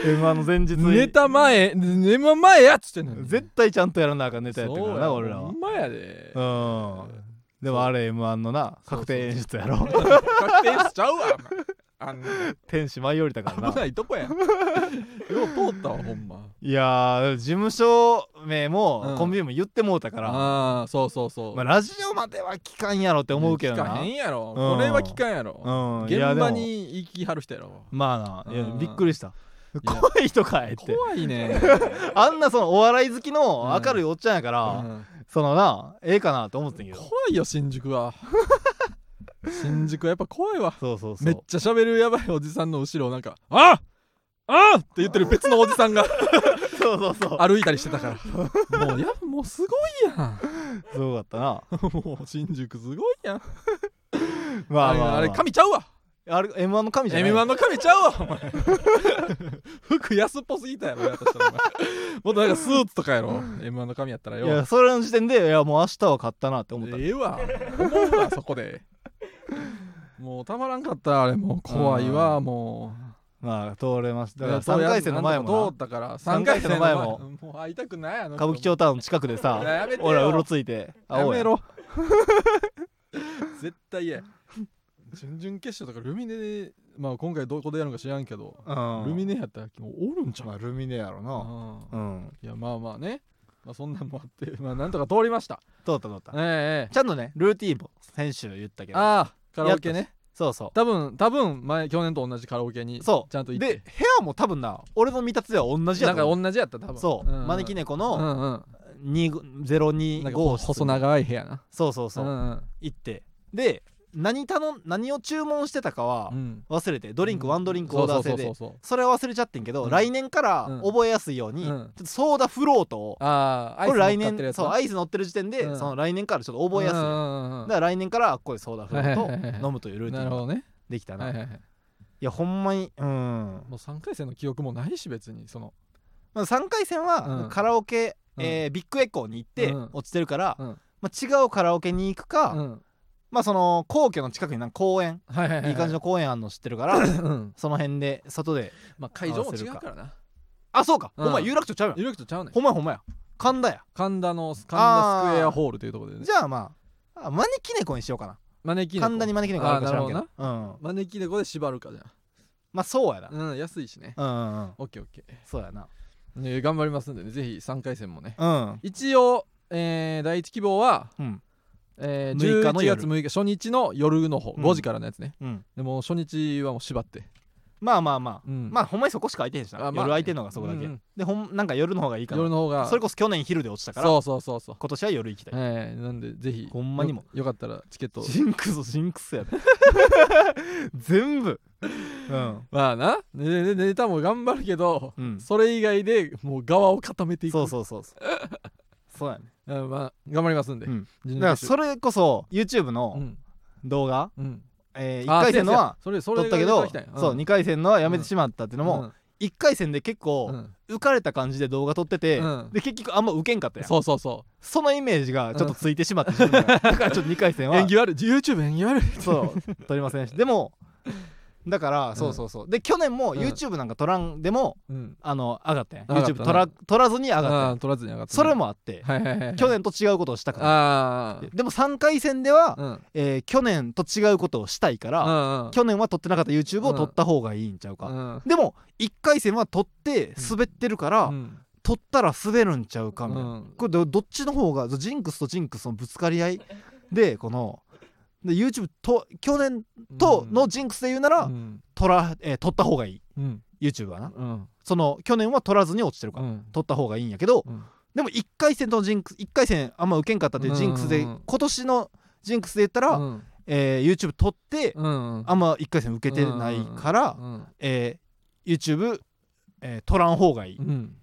Speaker 2: m 1の前日に
Speaker 1: ネタ前ネマ前やっつってんのに
Speaker 2: 絶対ちゃんとやらなあかんネタやって
Speaker 1: そ
Speaker 2: る
Speaker 1: う
Speaker 2: から
Speaker 1: や
Speaker 2: な俺らは
Speaker 1: ほんまやで
Speaker 2: うんでもあれ m 1のな確定演出やろ
Speaker 1: 確定しちゃうわお前あんな
Speaker 2: 天使舞い降りたからな
Speaker 1: 危ないとこやんよう通ったわほんま
Speaker 2: いやー事務所名
Speaker 1: う
Speaker 2: も
Speaker 1: ん
Speaker 2: コンビ名も言ってもうたから、
Speaker 1: ああそうそうそう
Speaker 2: まあ、ラジオまでは聞かんやろって思うけど
Speaker 1: 聞か
Speaker 2: な、
Speaker 1: へんやろ
Speaker 2: うん
Speaker 1: これは聞かんやろ
Speaker 2: うん、い
Speaker 1: 現
Speaker 2: やでも
Speaker 1: 場に行きはる人やろ
Speaker 2: まあないや
Speaker 1: うん
Speaker 2: びっくりした
Speaker 1: いや
Speaker 2: 怖い人かいって
Speaker 1: 怖いね
Speaker 2: あんなそのお笑い好きの
Speaker 1: うん
Speaker 2: 明るいおっちゃんやか
Speaker 1: う
Speaker 2: ら、
Speaker 1: ん
Speaker 2: そのなええかなと思ってんけど
Speaker 1: 怖いよ新宿は新宿はやっぱ怖いわ
Speaker 2: そうそうそ
Speaker 1: めっ
Speaker 2: う
Speaker 1: ちゃ喋るやばいおじさんの後ろをなんか「ああって言ってる別のおじさん が
Speaker 2: そうそうそう
Speaker 1: 歩いたりしてた からもうやっぱもうすごいやん
Speaker 2: すごかったな
Speaker 1: もう新宿すごいやん
Speaker 2: ま
Speaker 1: あ
Speaker 2: あ
Speaker 1: れ
Speaker 2: まあ、まあ、
Speaker 1: あれ神ちゃうわ
Speaker 2: あれ M1 の神じゃない
Speaker 1: M1 の神ちゃうわお前 服安っぽすぎたやろやとしたらお前もっとなんかスーツとかやろ M1 の神やったらよ
Speaker 2: いやそれの時点でいやもう明日は勝ったなって思った、
Speaker 1: ええわ思うわそこでもうたまらんかったあれもう怖いわも
Speaker 2: まあ通れます
Speaker 1: う
Speaker 2: だから3回戦の前
Speaker 1: なんと
Speaker 2: も
Speaker 1: か通ったから
Speaker 2: 三
Speaker 1: 三
Speaker 2: 回戦の前も
Speaker 1: もう会いたくないあの人
Speaker 2: な歌舞伎町タウンの近くで
Speaker 1: い
Speaker 2: さ
Speaker 1: ややめてよ
Speaker 2: 俺らうろついて会
Speaker 1: や
Speaker 2: おう
Speaker 1: め
Speaker 2: や
Speaker 1: ろ 絶対嫌や準々決勝とかルミネでまあ今回どこでやるのか知らんけど
Speaker 2: うん
Speaker 1: ルミネやったらもうおるんちゃう
Speaker 2: まあルミネやろな
Speaker 1: う
Speaker 2: うんん
Speaker 1: いやまあまあねまあそんなんもあって まあなんとか通りま した
Speaker 2: 通った通った
Speaker 1: えええ
Speaker 2: ちゃんとねルーティーンも先週言ったけ
Speaker 1: え
Speaker 2: ど
Speaker 1: ああカラオケね
Speaker 2: そうそ
Speaker 1: 多分多分前去年と同じカラオケに
Speaker 2: うそう
Speaker 1: ちゃんと行っ
Speaker 2: で部
Speaker 1: て
Speaker 2: 屋も多分な俺の見立てでは同じや
Speaker 1: なん
Speaker 2: と
Speaker 1: か
Speaker 2: 思う
Speaker 1: 同じやった多分
Speaker 2: そう、
Speaker 1: んん
Speaker 2: 招き猫
Speaker 1: うん
Speaker 2: の
Speaker 1: うん
Speaker 2: 202
Speaker 1: なんか
Speaker 2: 号
Speaker 1: ほ
Speaker 2: 室
Speaker 1: 細長い部屋な
Speaker 2: そうそうそう、
Speaker 1: んん
Speaker 2: 行ってで何頼ん何を注文してたかは
Speaker 1: うん
Speaker 2: 忘れてドリンク、
Speaker 1: うん
Speaker 2: ワンドリンクオーダー制
Speaker 1: そ
Speaker 2: で
Speaker 1: うそうそうそう
Speaker 2: それは忘れちゃってんけど、
Speaker 1: うん
Speaker 2: 来年から
Speaker 1: うん
Speaker 2: 覚えやすいように、
Speaker 1: うん
Speaker 2: ちょっとソーダフロートを
Speaker 1: ああ
Speaker 2: これ来
Speaker 1: アイス乗っかってる
Speaker 2: 年
Speaker 1: やつ
Speaker 2: そうアイス乗ってる時点で、
Speaker 1: うん
Speaker 2: その来年からちょっと覚えやすい、
Speaker 1: うんう
Speaker 2: だ
Speaker 1: んうん
Speaker 2: から来年からここでソーダフロ
Speaker 1: はいはいはい
Speaker 2: ー
Speaker 1: はい
Speaker 2: トを飲むというルーティ
Speaker 1: なる
Speaker 2: ン
Speaker 1: ほ
Speaker 2: が
Speaker 1: どね
Speaker 2: できたな、
Speaker 1: はい
Speaker 2: い
Speaker 1: はいはい
Speaker 2: やほんまにうん
Speaker 1: もう3回戦の記憶もないし別にその
Speaker 2: まあ、3回戦は
Speaker 1: うん
Speaker 2: カラオケ、
Speaker 1: うん
Speaker 2: えービッグエコーに行って
Speaker 1: うん
Speaker 2: 落ちてるから、
Speaker 1: うん
Speaker 2: まあ、違うカラオケに行くか、
Speaker 1: うん
Speaker 2: まあその皇居の近くになんか公園
Speaker 1: はいはいはい
Speaker 2: いい感じの公園あんの知ってるか ら
Speaker 1: うん
Speaker 2: その辺で外で
Speaker 1: まあ会場も違うからな
Speaker 2: あそうか、
Speaker 1: うん
Speaker 2: お前有楽町ちゃうやん
Speaker 1: 有力とちゃうねん
Speaker 2: ほんまやほんまや神田や
Speaker 1: 神田の神田スクエアホールというところでね
Speaker 2: じゃあまああ招き猫にしようかな
Speaker 1: 招き猫
Speaker 2: 神田に招き猫あるか知らんけど
Speaker 1: あーなる
Speaker 2: うん
Speaker 1: 招き猫で縛るかじゃ
Speaker 2: まあそうやな、
Speaker 1: んうん安いしね
Speaker 2: うんうんうん
Speaker 1: オッケーオッケー
Speaker 2: そうやな
Speaker 1: ね、頑張りますんでねぜひ3回戦もね
Speaker 2: うん
Speaker 1: 一応、えー第一希望は、
Speaker 2: うん
Speaker 1: えー、
Speaker 2: 6日の
Speaker 1: 11
Speaker 2: 夜
Speaker 1: 月6日初日の夜の方
Speaker 2: うん
Speaker 1: 5時からのやつね、
Speaker 2: うん
Speaker 1: でも初日はもう縛って、
Speaker 2: まあまあまあ、
Speaker 1: うん
Speaker 2: まあほんまにそこしか空いてへんしな、
Speaker 1: あまあ
Speaker 2: 夜空いてんのがそこだけ、
Speaker 1: うんうん
Speaker 2: でほんなんか夜の方がいいか
Speaker 1: 夜
Speaker 2: な
Speaker 1: の方が
Speaker 2: それこそ去年昼で落ちたから
Speaker 1: そうそうそうそう
Speaker 2: 今年は夜行きたい
Speaker 1: えー、なんでぜひ
Speaker 2: ほんまにも
Speaker 1: よよかったらチケット
Speaker 2: ジンクスジンクスやで全部うん
Speaker 1: まあな、ねねネタも頑張るけど、
Speaker 2: うん
Speaker 1: それ以外でもう側を固めていく
Speaker 2: そうそうそうそうそうやね
Speaker 1: うんまあ、頑張りますんで、
Speaker 2: うんだ
Speaker 1: 準
Speaker 2: から
Speaker 1: 々決
Speaker 2: そ
Speaker 1: 勝
Speaker 2: れこそ YouTube
Speaker 1: う
Speaker 2: の
Speaker 1: ん
Speaker 2: 動画、
Speaker 1: うん
Speaker 2: えー、
Speaker 1: あ
Speaker 2: 1回戦のは
Speaker 1: そうやそうや
Speaker 2: 撮
Speaker 1: それそれ
Speaker 2: ったけ
Speaker 1: が
Speaker 2: ど
Speaker 1: 出てきたんや
Speaker 2: そう2回戦のはやめてしまったっていう
Speaker 1: う
Speaker 2: の
Speaker 1: ん
Speaker 2: も1回戦で結
Speaker 1: うん
Speaker 2: 構
Speaker 1: うん
Speaker 2: 浮かれた感じで動画撮ってて
Speaker 1: うん
Speaker 2: で結局あんま受けんかったやん
Speaker 1: そうそうそう
Speaker 2: そのイメージがちょっとついてしまって自分がだからちょっと2回戦は
Speaker 1: 演技悪い YouTube 演技悪い
Speaker 2: そう撮りませんしでもだからそうそうそうで去年も YouTube なんか撮らんでも
Speaker 1: うん
Speaker 2: あの上がったやん
Speaker 1: 上がったな
Speaker 2: YouTube 撮ら撮らずに上がったやん
Speaker 1: あー取らずに上がったね
Speaker 2: それもあって、
Speaker 1: はいはいはい
Speaker 2: 去年と違うことをしたから
Speaker 1: あ
Speaker 2: でも3回戦では、
Speaker 1: あうん
Speaker 2: えー去年と違うことをしたいから、
Speaker 1: あ
Speaker 2: 去年は撮ってなかった YouTube を撮った方がいいんちゃうか、
Speaker 1: うん
Speaker 2: でも1回戦は撮って滑ってるから、
Speaker 1: うん
Speaker 2: 取ったら滑るんちゃうかみたいな、
Speaker 1: うん
Speaker 2: これどどっちの方がジンクスとジンクスのぶつかり合いでこので YouTube と去年とのジンクスで言うなら、
Speaker 1: うん
Speaker 2: 取らえー取った方がいい
Speaker 1: うん、
Speaker 2: YouTube はな
Speaker 1: うん
Speaker 2: その去年は取らずに落ちてるから、
Speaker 1: うん
Speaker 2: 取った方がいいんやけど
Speaker 1: うん
Speaker 2: でも1回戦とのジンクス1回戦あんま受けんかったっていうジンクスで、
Speaker 1: うんうんうん
Speaker 2: 今年のジンクスで言ったら、
Speaker 1: うん
Speaker 2: えー YouTube 取って、
Speaker 1: うん
Speaker 2: あんま1回戦受けてないから、
Speaker 1: うん
Speaker 2: えー YouTube、えー取らん方がいい、
Speaker 1: うん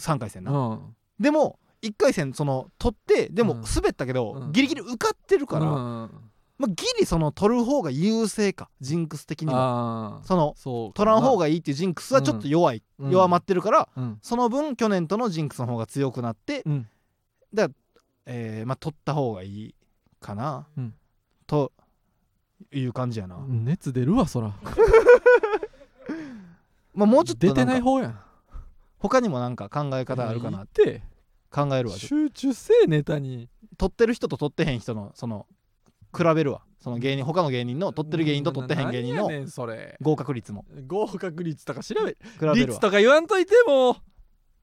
Speaker 2: 3回戦な、
Speaker 1: うん
Speaker 2: でも1回戦その取ってで
Speaker 1: うん
Speaker 2: も滑ったけど、
Speaker 1: うん
Speaker 2: ギリギリ受かってるから、
Speaker 1: うん
Speaker 2: まあ、ギリその取る方が優勢かジンクス的には
Speaker 1: あー
Speaker 2: その
Speaker 1: そう
Speaker 2: 取らん方
Speaker 1: が
Speaker 2: がいいっていうジンクスはちょっと弱い、弱まってるから
Speaker 1: うん
Speaker 2: その分去年とのジンクスの方が強くなって、
Speaker 1: うん
Speaker 2: だからえーまあ取った方がいいかな、
Speaker 1: うん
Speaker 2: という感じやな、
Speaker 1: 熱出るわそら
Speaker 2: まあ、もうちょっと
Speaker 1: 出て
Speaker 2: な
Speaker 1: なんい
Speaker 2: か
Speaker 1: 方やん
Speaker 2: 他にもなんか考え方あるかな
Speaker 1: って
Speaker 2: 考えるわ
Speaker 1: 集中せえネタに
Speaker 2: 撮ってる人と撮ってへん人のその比べるわその芸人他の芸人の撮ってる芸人と撮ってへん芸人
Speaker 1: 何
Speaker 2: の
Speaker 1: やねんそれ
Speaker 2: 合格率も
Speaker 1: 合格率とか調べ
Speaker 2: 比べる
Speaker 1: 率
Speaker 2: わ
Speaker 1: とか言わんといてもう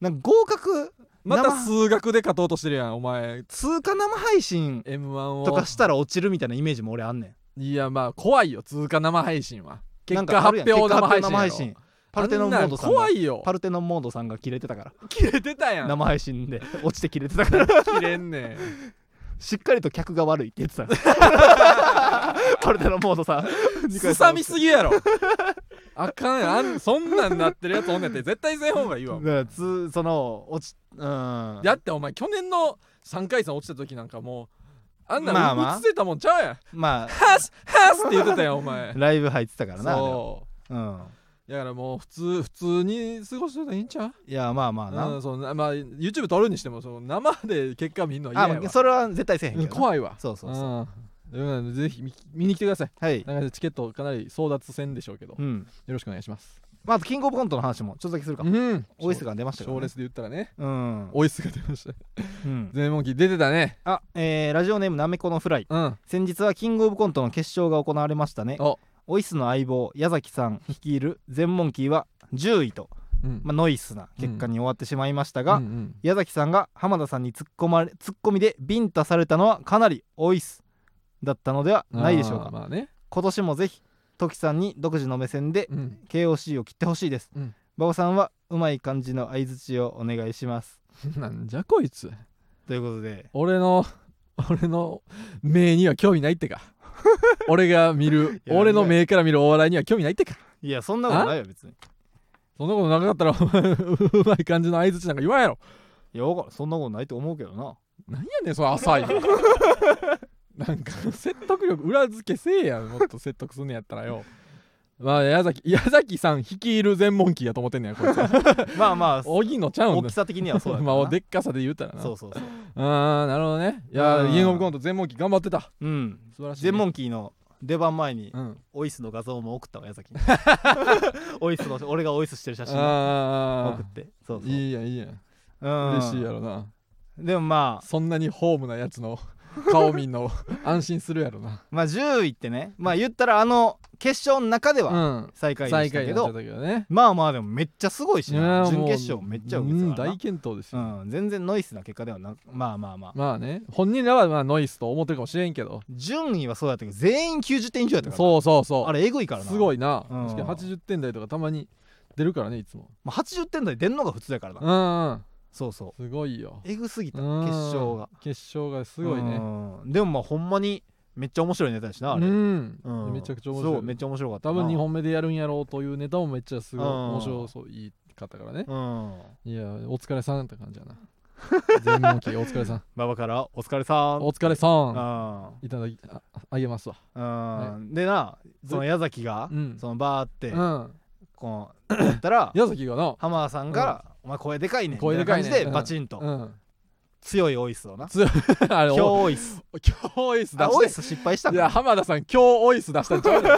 Speaker 2: なんか合格
Speaker 1: また
Speaker 2: 生
Speaker 1: 数学で勝とうとしてるやんお前
Speaker 2: 通過生配信
Speaker 1: M1 を
Speaker 2: とかしたら落ちるみたいなイメージも俺あんねん
Speaker 1: いやまあ怖いよ通過生配信は
Speaker 2: な
Speaker 1: 結
Speaker 2: ん
Speaker 1: 果
Speaker 2: かある
Speaker 1: 発
Speaker 2: やん
Speaker 1: 表
Speaker 2: 結果
Speaker 1: 生
Speaker 2: 発
Speaker 1: 配
Speaker 2: 表
Speaker 1: 信
Speaker 2: 生配信パルテノンモードさん
Speaker 1: あんなん
Speaker 2: が
Speaker 1: 怖いよ
Speaker 2: パルテノンモードさんが切れてたから
Speaker 1: 切れてたやん
Speaker 2: 生配信で落ちて切れてたから
Speaker 1: 切れんねん
Speaker 2: しっかりと客が悪いって言ってた パルテノンモードさん
Speaker 1: すさみすぎやろ あかんやんあんそんなんなってるやつおんねんって絶対せん方がいいわ
Speaker 2: だからつその落ちうん
Speaker 1: だってお前去年の3回戦落ちた時なんかもうあんな
Speaker 2: まあ
Speaker 1: の
Speaker 2: まあ
Speaker 1: 映せたもんちゃうやん
Speaker 2: まあ
Speaker 1: ハースハースって言ってたやんお 前
Speaker 2: ライブ入ってたからなあれは
Speaker 1: そう
Speaker 2: うん
Speaker 1: だからもう普通普通に過ごしてたらいいんちゃう
Speaker 2: いやまあまあな、
Speaker 1: うん、そうなまあ YouTube 撮るにしてもその生で結果見んのは
Speaker 2: あ、
Speaker 1: 嫌や
Speaker 2: まあ
Speaker 1: わ
Speaker 2: それは絶対せえへんけ
Speaker 1: う
Speaker 2: ど
Speaker 1: ん
Speaker 2: な
Speaker 1: 怖いわ
Speaker 2: そうそうそう、
Speaker 1: うんうんぜひ見見に来てください
Speaker 2: はい、
Speaker 1: なんかチケットかなり争奪戦でしょうけどよ
Speaker 2: うん
Speaker 1: ろしくお願いします
Speaker 2: まあ、あとキングオブコントの話もちょっとだけするか、
Speaker 1: ん
Speaker 2: オイスが出ましたから、
Speaker 1: 賞
Speaker 2: ね
Speaker 1: レ、スで言ったらね
Speaker 2: うん、
Speaker 1: オイスが出ました
Speaker 2: うん
Speaker 1: 全問記出てたね
Speaker 2: あ、えーラジオネームなめこのフライ
Speaker 1: うん
Speaker 2: 先日はキングオブコントの決勝が行われましたね
Speaker 1: お
Speaker 2: オイスの相棒矢崎さん率いる全モンキーは10位と、
Speaker 1: うん
Speaker 2: まあ、ノイスな結果に終わってしまいました
Speaker 1: が
Speaker 2: が、
Speaker 1: うんうん
Speaker 2: 矢崎さんが浜田さんに突っ込まれ突っ込みでビンタされたのはかなりオイスだったのではないでしょう
Speaker 1: あー
Speaker 2: か
Speaker 1: まあね
Speaker 2: 今年もぜひトキさんに独自の目線で
Speaker 1: うん
Speaker 2: KOC を切ってほしいです、
Speaker 1: うん
Speaker 2: 馬場さんはうまい感じの相づちをお願いします
Speaker 1: なんじゃこいつ
Speaker 2: ということで
Speaker 1: 俺の俺の目には興味ないってか俺が見る
Speaker 2: いや
Speaker 1: 俺の目から見るお笑いには興味ないってか
Speaker 2: いやそんなことないよ別に
Speaker 1: そんなことなかったらお前うまい感じの相づちなんか言わんやろ
Speaker 2: いやわからんそんなことないと思うけどな
Speaker 1: なんやねんその浅いのなんか説得力裏付けせえやもっと説得すんねやったらよまあ矢崎矢崎さん率いる全問記やと思ってんねやこいつは
Speaker 2: まあまあ
Speaker 1: 荻野ちゃうん
Speaker 2: 大
Speaker 1: だ
Speaker 2: きさ的にはそうだけ
Speaker 1: ま
Speaker 2: ど
Speaker 1: あ
Speaker 2: な
Speaker 1: でっかさで言うたらな
Speaker 2: そうそうそう
Speaker 1: ああなるほどねいや
Speaker 2: うん
Speaker 1: ーキングオブコント全問記頑張ってた
Speaker 2: うん
Speaker 1: 素晴らしい、
Speaker 2: 全モンキーの出番前に
Speaker 1: うん
Speaker 2: オイスの画像も送ったわ矢崎にオイスの俺がオイスしてる写真
Speaker 1: あ
Speaker 2: 送ってそう
Speaker 1: あ
Speaker 2: そう
Speaker 1: いいやんいいやん
Speaker 2: うん
Speaker 1: 嬉しいやろな
Speaker 2: でもまあ
Speaker 1: そんなにホームなやつ の顔見んの安心するやろな
Speaker 2: まあ10位ってねまあ言ったらあの決勝の中では
Speaker 1: うん
Speaker 2: 最下位で
Speaker 1: 最
Speaker 2: し
Speaker 1: 下
Speaker 2: た
Speaker 1: 位に
Speaker 2: け
Speaker 1: なっ
Speaker 2: ど、
Speaker 1: ちゃったけどね
Speaker 2: まあまあでもめっちゃすごいし
Speaker 1: いや
Speaker 2: な
Speaker 1: ー
Speaker 2: 準
Speaker 1: もう
Speaker 2: 決勝めっちゃ受
Speaker 1: う
Speaker 2: け
Speaker 1: ん
Speaker 2: てたから
Speaker 1: 大健闘ですよ、
Speaker 2: な、うん、全然ノイスな結果ではなまあまあまあ
Speaker 1: まあね本人らはまあノイスと思ってるかもしれんけど
Speaker 2: 順位はそうだったけど全員90点以上やったからな
Speaker 1: そうそうそう
Speaker 2: あれえぐいからな
Speaker 1: すごいな、
Speaker 2: うん
Speaker 1: 確かに80点台とかたまに出るからねいつも
Speaker 2: もう80点台出んのが普通やからな、
Speaker 1: うんうん
Speaker 2: そうそう
Speaker 1: すごいよ
Speaker 2: えぐすぎた決
Speaker 1: うん
Speaker 2: 勝が
Speaker 1: 決勝がすごいね
Speaker 2: うんでもまあほんまにめっちゃ面白いネタやしなあ
Speaker 1: う
Speaker 2: れ、
Speaker 1: ん、
Speaker 2: うん
Speaker 1: めちゃくちゃ面白い
Speaker 2: そうめっちゃ面白かった
Speaker 1: 多
Speaker 2: な
Speaker 1: 分2本目でやるんやろうというネタもめっちゃすごい
Speaker 2: うん
Speaker 1: 面白そういい方からね
Speaker 2: うん
Speaker 1: いやお疲れさんって感じや な全問記お疲れさん
Speaker 2: 馬場から「お疲れさん
Speaker 1: お疲れさ
Speaker 2: あ
Speaker 1: んいただきああげますわ
Speaker 2: ー」うんでなその矢崎が、
Speaker 1: うん
Speaker 2: そのバーって、
Speaker 1: うん
Speaker 2: こうやった ら
Speaker 1: 矢崎がな
Speaker 2: 浜田さんが「お前声でかいね」みた
Speaker 1: 声
Speaker 2: い
Speaker 1: で
Speaker 2: な
Speaker 1: かい
Speaker 2: 感
Speaker 1: ね
Speaker 2: じでバチンと
Speaker 1: うん
Speaker 2: 強いオイスをな
Speaker 1: あれ
Speaker 2: 強オイス
Speaker 1: 今日オイス出
Speaker 2: あオイ
Speaker 1: し
Speaker 2: ス失敗した
Speaker 1: たい
Speaker 2: ん
Speaker 1: や
Speaker 2: か
Speaker 1: 浜田さん今日オイス出したんち ゃうの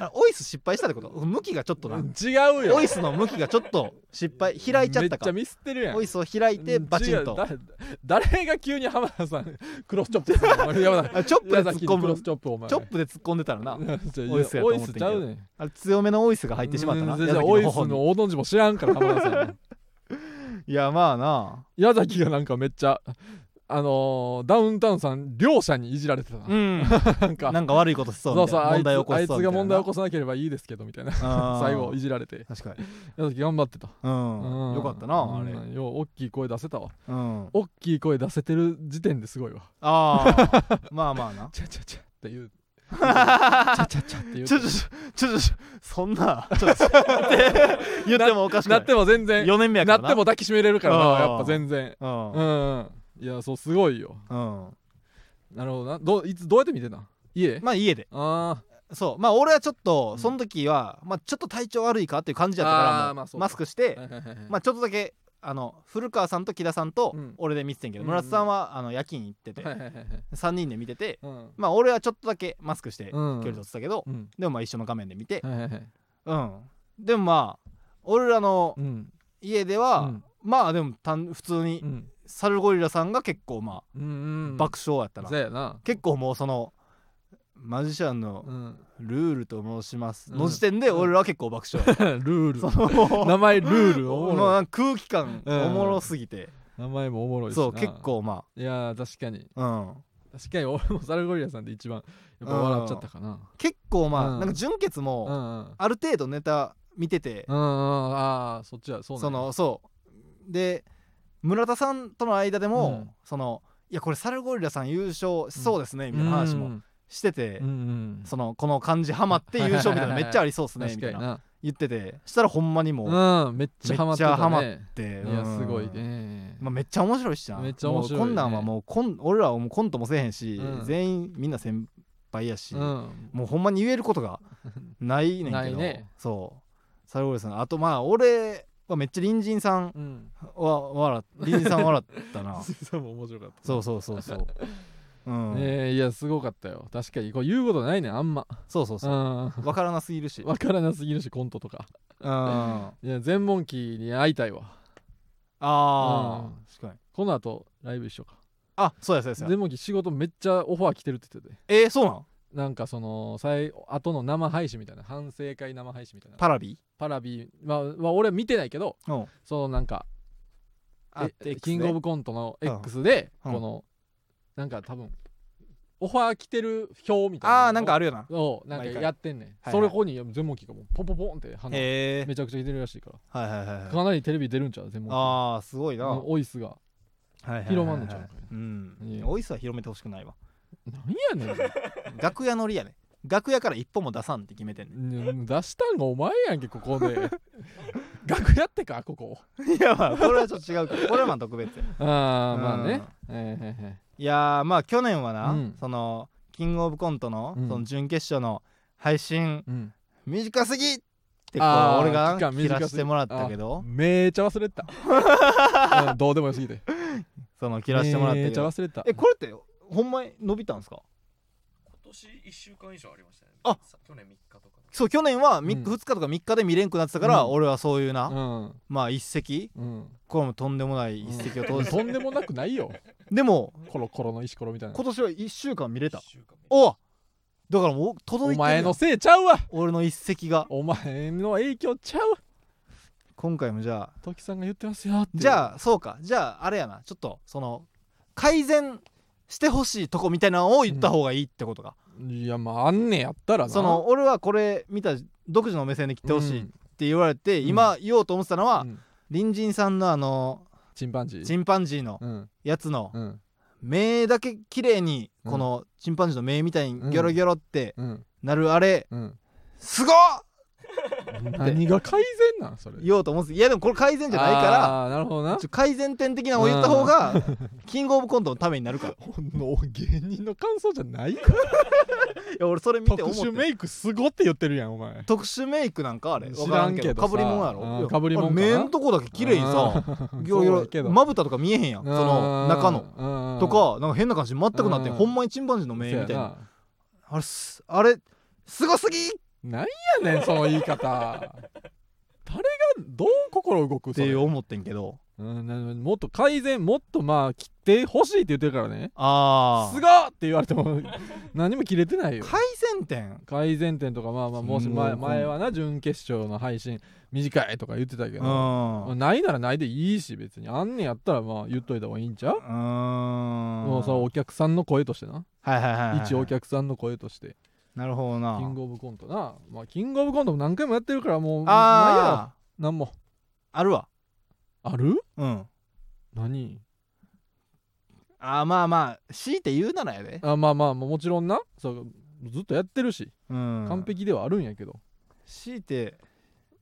Speaker 2: あオイス失敗したってこと向きがちょっとな
Speaker 1: 違うよ
Speaker 2: オイスの向きがちょっと失敗開いちゃった
Speaker 1: めっちゃ
Speaker 2: か
Speaker 1: ミスってるやん
Speaker 2: オイスを開いてバチン
Speaker 1: 違う
Speaker 2: と
Speaker 1: だ誰が急に浜田さんクロスチョップする のお前やばない
Speaker 2: あチョップで
Speaker 1: 矢
Speaker 2: 突っ
Speaker 1: 崎に
Speaker 2: 込
Speaker 1: ク
Speaker 2: む
Speaker 1: ロス
Speaker 2: チ
Speaker 1: チョップお前
Speaker 2: ョップで突っ込んでたらな
Speaker 1: オ
Speaker 2: オ
Speaker 1: イ
Speaker 2: イ
Speaker 1: ス
Speaker 2: ス
Speaker 1: やと
Speaker 2: やと
Speaker 1: 思
Speaker 2: 思
Speaker 1: っんけ
Speaker 2: っててん
Speaker 1: どオイス
Speaker 2: けど
Speaker 1: ちゃうねん
Speaker 2: あれ強めのオイスが入ってしまったな
Speaker 1: 全
Speaker 2: 矢
Speaker 1: 然
Speaker 2: 崎
Speaker 1: オ
Speaker 2: の
Speaker 1: イス
Speaker 2: 頬に
Speaker 1: の大の字も知らんから浜田さん
Speaker 2: いやまあな
Speaker 1: 矢崎がなんかめっちゃあのーダウンタウンさん両者にいじられてたな、
Speaker 2: ん
Speaker 1: なんか
Speaker 2: なんか悪いことしそう
Speaker 1: そ
Speaker 2: み
Speaker 1: う
Speaker 2: た
Speaker 1: そうあ
Speaker 2: いな
Speaker 1: いつ
Speaker 2: 問題起こ
Speaker 1: あい
Speaker 2: し
Speaker 1: つ
Speaker 2: そう
Speaker 1: が問題起
Speaker 2: こ
Speaker 1: こさなければいいですけどみたいな最
Speaker 2: 最
Speaker 1: 後いじられて
Speaker 2: 確かに
Speaker 1: 矢崎頑張ってた、
Speaker 2: うん、
Speaker 1: うん
Speaker 2: よかったなあれ、
Speaker 1: うんよう大きい声出せたわ
Speaker 2: うん、
Speaker 1: 大きい声出せてる時点ですごいわ
Speaker 2: ああまあまあな
Speaker 1: チャチャチャって いう
Speaker 2: ち
Speaker 1: チャチャチャっていう
Speaker 2: ょちょちょちょちょそんなち ょっと言ってもおかしくな
Speaker 1: ないっても全然
Speaker 2: 4年目やか
Speaker 1: な
Speaker 2: ら
Speaker 1: っても抱きしめれるからな
Speaker 2: あー
Speaker 1: やっぱ全然
Speaker 2: も
Speaker 1: うん、いやそうすごいよ
Speaker 2: うん、うん、
Speaker 1: なるほどなどういつどうやって見てたん家、
Speaker 2: まあ家で
Speaker 1: あ
Speaker 2: そうまあ俺はちょっと
Speaker 1: ん
Speaker 2: その時は、まあちょっと体調悪いかっていう感じだった
Speaker 1: あ
Speaker 2: か
Speaker 1: ー
Speaker 2: ら
Speaker 1: まあ
Speaker 2: も
Speaker 1: そううか
Speaker 2: マスクして
Speaker 1: あ、はいはいはいはい
Speaker 2: まあちょっとだけあの古川さんと木田さんと
Speaker 1: うん
Speaker 2: 俺で見てたんやけど、
Speaker 1: うん
Speaker 2: 村田さんはあの夜勤行ってて、
Speaker 1: はいはいはいはい
Speaker 2: 3人で見てて
Speaker 1: うん
Speaker 2: まあ俺はちょっとだけマスクして距
Speaker 1: うん
Speaker 2: 離取ってたけど、
Speaker 1: うん
Speaker 2: でもまあ一緒の画面で見て、
Speaker 1: はいはいはい
Speaker 2: うんでもまあ俺らの
Speaker 1: うん
Speaker 2: 家では、
Speaker 1: うん
Speaker 2: まあでもたん普通に
Speaker 1: うん
Speaker 2: サルゴリラさんが結構ま
Speaker 1: うんう
Speaker 2: あ
Speaker 1: ん
Speaker 2: 爆笑やったな、
Speaker 1: そうやな
Speaker 2: 結構もうそのマジシャンの
Speaker 1: うん、
Speaker 2: ルールと申します
Speaker 1: うん
Speaker 2: の時点で俺らは結構爆笑やっ
Speaker 1: ルール
Speaker 2: た、その
Speaker 1: 名前ルールおも
Speaker 2: もう
Speaker 1: ろい
Speaker 2: なんか空気感
Speaker 1: うん
Speaker 2: おもろすぎて、
Speaker 1: 名前もおもろいしな
Speaker 2: そう結構ま
Speaker 1: いやー確かに
Speaker 2: あうん
Speaker 1: 確かに俺もサルゴリラさんで一番やっぱ笑っちゃったかな
Speaker 2: 結構まあ、
Speaker 1: うん
Speaker 2: なんか純潔
Speaker 1: うんう
Speaker 2: も
Speaker 1: んうん
Speaker 2: ある程度ネタ見てて、
Speaker 1: うんああそっちはそうな
Speaker 2: そ
Speaker 1: んや
Speaker 2: のそうで村田さんとの間でも、
Speaker 1: うん
Speaker 2: そのいやこれサルゴリラさん優勝しそうですね、みたいな話もしてて、
Speaker 1: うんうん
Speaker 2: そのこの感じハマって優勝みたい
Speaker 1: は
Speaker 2: なの
Speaker 1: いはいはいはい
Speaker 2: めっちゃありそうですね
Speaker 1: 確
Speaker 2: み
Speaker 1: か
Speaker 2: たい
Speaker 1: に
Speaker 2: な
Speaker 1: な
Speaker 2: 言っててしたらほんまにもう、っ
Speaker 1: うんめっちゃハマってた
Speaker 2: めっちゃハマっ
Speaker 1: ね
Speaker 2: て
Speaker 1: いやすごい
Speaker 2: うん
Speaker 1: ね
Speaker 2: まあ、めっちゃ面白いしな
Speaker 1: めっちゃ面白いね
Speaker 2: もうこんなんはもうこん俺らはもうコントもせえへんし、
Speaker 1: うん
Speaker 2: 全員みんな先輩やし、
Speaker 1: うん
Speaker 2: もうほんまに言えるこ とがないねんけど
Speaker 1: ないね
Speaker 2: そうサルゴリラさんあとまあ俺はめっちゃ隣人さん
Speaker 1: うん
Speaker 2: は笑っ隣人さん笑ったな
Speaker 1: それも面白かっ
Speaker 2: そうそうそうそうう ん、
Speaker 1: ねえいやすごかったよ確かにこう言うことないねんあんま
Speaker 2: そうそう
Speaker 1: う
Speaker 2: そ
Speaker 1: ん
Speaker 2: うわからなすぎるし、うん、
Speaker 1: わからなすぎるしコントとか
Speaker 2: あ
Speaker 1: いや全問期に会いたいわ
Speaker 2: あ、
Speaker 1: うん
Speaker 2: 確かに
Speaker 1: この後ライブ一緒か
Speaker 2: あそうやそうやそうや
Speaker 1: 全問期仕事めっちゃオファー来てるって言ってて
Speaker 2: えー、そうなん
Speaker 1: なんかその最後の生配信みたいな反省会生配信みたいな
Speaker 2: パラビ
Speaker 1: パラビまあ、まあ、俺は見てないけど
Speaker 2: うん
Speaker 1: そのなんか
Speaker 2: あ
Speaker 1: えキングオブコントの
Speaker 2: うん
Speaker 1: X で
Speaker 2: う
Speaker 1: こ
Speaker 2: ん
Speaker 1: のなんか多分オファー来てる表みたいな
Speaker 2: ああなんかあるよな
Speaker 1: をなんか
Speaker 2: 毎回
Speaker 1: やってんねん、
Speaker 2: はい
Speaker 1: それここに全問機がもうポンポンポンって花
Speaker 2: へえ
Speaker 1: めちゃくちゃ出てるらしいから
Speaker 2: はいはいはいはい
Speaker 1: かなりテレビ出るんちゃう全問機
Speaker 2: ああすごいな、
Speaker 1: オイスが
Speaker 2: はいはいはいはい
Speaker 1: 広まんのちゃうんかい
Speaker 2: うんオイスは広めてほしくないわ
Speaker 1: なんやねん
Speaker 2: 楽屋乗りやね楽屋から一歩も出さんって決めてんね
Speaker 1: うん 出したんがお前やんけここで 楽屋ってかここ
Speaker 2: いやまあこれはちょっと違うけどこれはまあ特別や
Speaker 1: ああまあね、えええええ
Speaker 2: いやーまあ去年はな、
Speaker 1: うん
Speaker 2: そのキングオブコントの,、
Speaker 1: うん
Speaker 2: その準決勝の配信
Speaker 1: えうん
Speaker 2: 短すぎってこう
Speaker 1: あー
Speaker 2: 俺が
Speaker 1: 期間短すぎ
Speaker 2: 切らしてもらったけど
Speaker 1: めーちゃ忘れて た、うんどうでもよすぎて
Speaker 2: その切らしてもらった
Speaker 1: め
Speaker 2: け
Speaker 1: ーちゃ
Speaker 2: ど
Speaker 1: 忘れてた
Speaker 2: えこれってほんまに伸びたんですか
Speaker 3: 今年1週間以上ありましたね
Speaker 2: あ
Speaker 3: さ去年3日とか
Speaker 2: そう去年は
Speaker 1: う
Speaker 2: 2
Speaker 1: ん
Speaker 2: 日とか3日で見れんくなってたから、
Speaker 1: うん
Speaker 2: 俺はそういうな、
Speaker 1: うん
Speaker 2: まあ一石
Speaker 1: うん
Speaker 2: これもとんでもない一石 を投じて、
Speaker 1: とんでもなくないよ
Speaker 2: でも
Speaker 1: コロコロの石ころみたいな
Speaker 2: 今年は1週間見れ
Speaker 3: 1
Speaker 2: た
Speaker 3: 週間目
Speaker 2: おうだからもう
Speaker 1: お
Speaker 2: 届いて
Speaker 1: 前
Speaker 2: る
Speaker 1: のせいちゃうわ
Speaker 2: 俺の一石が
Speaker 1: お前の影響ちゃうわ
Speaker 2: 今回もじゃあ
Speaker 1: 時さんが言ってますよって
Speaker 2: じゃあそうかじゃああれやなちょっとその改善してほしいとこみたいなのを言った方がいいってことか、
Speaker 1: いやまああんねやったらな
Speaker 2: その俺はこれ見た独自の目線で切ってほしいっ
Speaker 1: うん
Speaker 2: て言われて、
Speaker 1: うん
Speaker 2: 今言おうと思ってたのは、
Speaker 1: うん
Speaker 2: 隣人さんのあの
Speaker 1: チンパンジー
Speaker 2: チンパンジーの
Speaker 1: うん
Speaker 2: やつの
Speaker 1: うん
Speaker 2: 目だけ綺麗に
Speaker 1: うん
Speaker 2: このチンパンジーの目みたいにギョロギョロって
Speaker 1: うん
Speaker 2: なるあれ
Speaker 1: うん
Speaker 2: すごっ
Speaker 1: 何が改善なんそれ
Speaker 2: 言おうと思うんですいやでもこれ改善じゃないから
Speaker 1: あーなるほどな
Speaker 2: ちょ改善点的なのを言った方がキングオブコントのためになる からい
Speaker 1: ほんの芸人の感想じゃないよ
Speaker 2: や俺それ見て
Speaker 1: 特
Speaker 2: 思って
Speaker 1: 殊メイクすごって言ってるやんお前
Speaker 2: 特殊メイクなんかあれ
Speaker 1: 知らんけどさ
Speaker 2: わからんけかぶり
Speaker 1: うん被り
Speaker 2: 物やろ
Speaker 1: 物かな
Speaker 2: あれ目んとこだけ綺麗にさギョロギ
Speaker 1: そう
Speaker 2: ョ
Speaker 1: やけ
Speaker 2: ロ
Speaker 1: ど
Speaker 2: まぶたとか見えへんやんその中の
Speaker 1: の
Speaker 2: とかなんか変な感じ全くなってん
Speaker 1: うん
Speaker 2: ほんまにチンパンジーの目みたいなあれすあれすごすぎっ
Speaker 1: なん やねんその言い方誰がどう心動くそ
Speaker 2: て
Speaker 1: れ
Speaker 2: 思ってんけど
Speaker 1: うんなもっと改善もっとまあ切ってほしいって言ってるからね
Speaker 2: あ
Speaker 1: す
Speaker 2: あ
Speaker 1: ごーって言われても 何も切れてないよ
Speaker 2: 改善点
Speaker 1: 改善点とかまあまあもし
Speaker 2: うん
Speaker 1: 前前はな準決勝の配信短いとか言ってたけ
Speaker 2: う
Speaker 1: ど、
Speaker 2: ん
Speaker 1: まあないならないでいいし別にあんねやったらまあ言っといた方がいいんちゃう
Speaker 2: うーん
Speaker 1: もうそのお客さんの声としてな
Speaker 2: はいはいはいはい
Speaker 1: 一お客さんの声として
Speaker 2: なるほど
Speaker 1: キン
Speaker 2: な
Speaker 1: グオブコントなまあキングオブコントも何回もやってるからもうないやろ
Speaker 2: あ
Speaker 1: 何も
Speaker 2: ああるわ
Speaker 1: ある
Speaker 2: うん
Speaker 1: 何
Speaker 2: あーまあまあ強いて言うならやで
Speaker 1: あまあまあもちろんなそうずっとやってるし
Speaker 2: うん
Speaker 1: 完璧ではあるんやけど、
Speaker 2: 強いて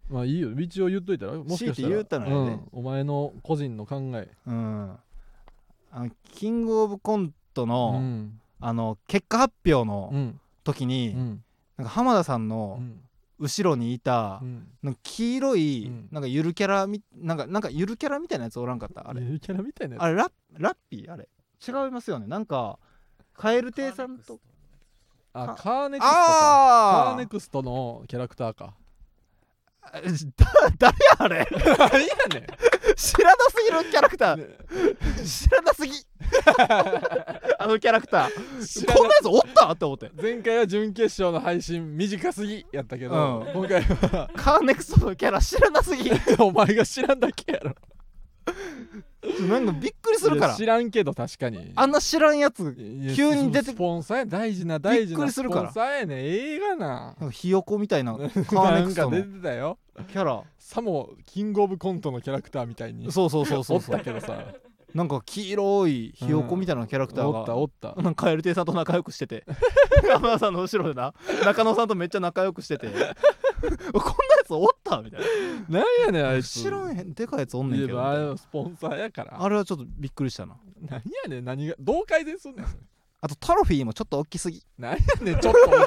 Speaker 1: まあいいよ道を言っといたらもしかした
Speaker 2: 強い
Speaker 1: ら
Speaker 2: て言うたらね
Speaker 1: うんお前の個人の考え、
Speaker 2: うんあのキングオブコント
Speaker 1: う
Speaker 2: の、
Speaker 1: ん
Speaker 2: あの結果発表
Speaker 1: う
Speaker 2: の
Speaker 1: ん
Speaker 2: 時に、
Speaker 1: うん
Speaker 2: なんか浜田さん
Speaker 1: う
Speaker 2: の
Speaker 1: ん
Speaker 2: 後ろにいた、
Speaker 1: うん
Speaker 2: なんか黄色い、
Speaker 1: うん
Speaker 2: なんかゆるキャラみなんかなんかゆるキャラみたいなやつおらんかったあれ
Speaker 1: ゆるキャラみたいなや
Speaker 2: あれラッラッピーあれ違いますよねなんかカエル亭さんと
Speaker 1: つあカーネクストかカ
Speaker 2: あ
Speaker 1: ーネクストのキャラクターか
Speaker 2: あ だ誰やあれ
Speaker 1: 何やねん
Speaker 2: 知らなすぎるキャラクター、知ら なすぎあのキャラクタ
Speaker 1: 知
Speaker 2: ー
Speaker 1: らな
Speaker 2: こんなやつおったって思って
Speaker 1: 前回は準決勝の配信短すぎやったけど、
Speaker 2: うん
Speaker 1: 今回は
Speaker 2: カーネクストのキャラ知らなすぎ
Speaker 1: お前が知らんだけやろ
Speaker 2: なんかびっくりするか
Speaker 1: い
Speaker 2: ら
Speaker 1: や知らんけど確かに
Speaker 2: あんな知らんやつ
Speaker 1: いや
Speaker 2: 急に出て
Speaker 1: スポンサーや大事な大事
Speaker 2: びっく
Speaker 1: な
Speaker 2: り
Speaker 1: ス
Speaker 2: する
Speaker 1: ポ
Speaker 2: から
Speaker 1: ンサーやね映画な
Speaker 2: なんかひよこみ たいなカー
Speaker 1: な
Speaker 2: ネク
Speaker 1: ん
Speaker 2: ス
Speaker 1: か
Speaker 2: ト
Speaker 1: 出
Speaker 2: の
Speaker 1: てたよ
Speaker 2: キャラ
Speaker 1: さもキングオブコントのキャラクターみたいに
Speaker 2: そうそうそうそうそ
Speaker 1: おった
Speaker 2: う
Speaker 1: けどさ
Speaker 2: なんか黄色いひよこみたいなキャラクター
Speaker 1: おったお
Speaker 2: が、
Speaker 1: った
Speaker 2: なんかカエル亭さんと仲良くし てて浜田さんの後ろでな中野さんとめっちゃ仲良く しててこんなやつおったみたい
Speaker 1: なんやねんあ
Speaker 2: ない
Speaker 1: つ
Speaker 2: 知らんへんでかいやつおんねんけ
Speaker 1: いや
Speaker 2: ど
Speaker 1: まああれ
Speaker 2: あ
Speaker 1: はスポンサーやから
Speaker 2: れはちょっとびっくりしたな
Speaker 1: 何やねん何がどう改善すんねんそれ
Speaker 2: あとトロフィーもちょっと大きすぎ
Speaker 1: 何やねん ちょっと大きい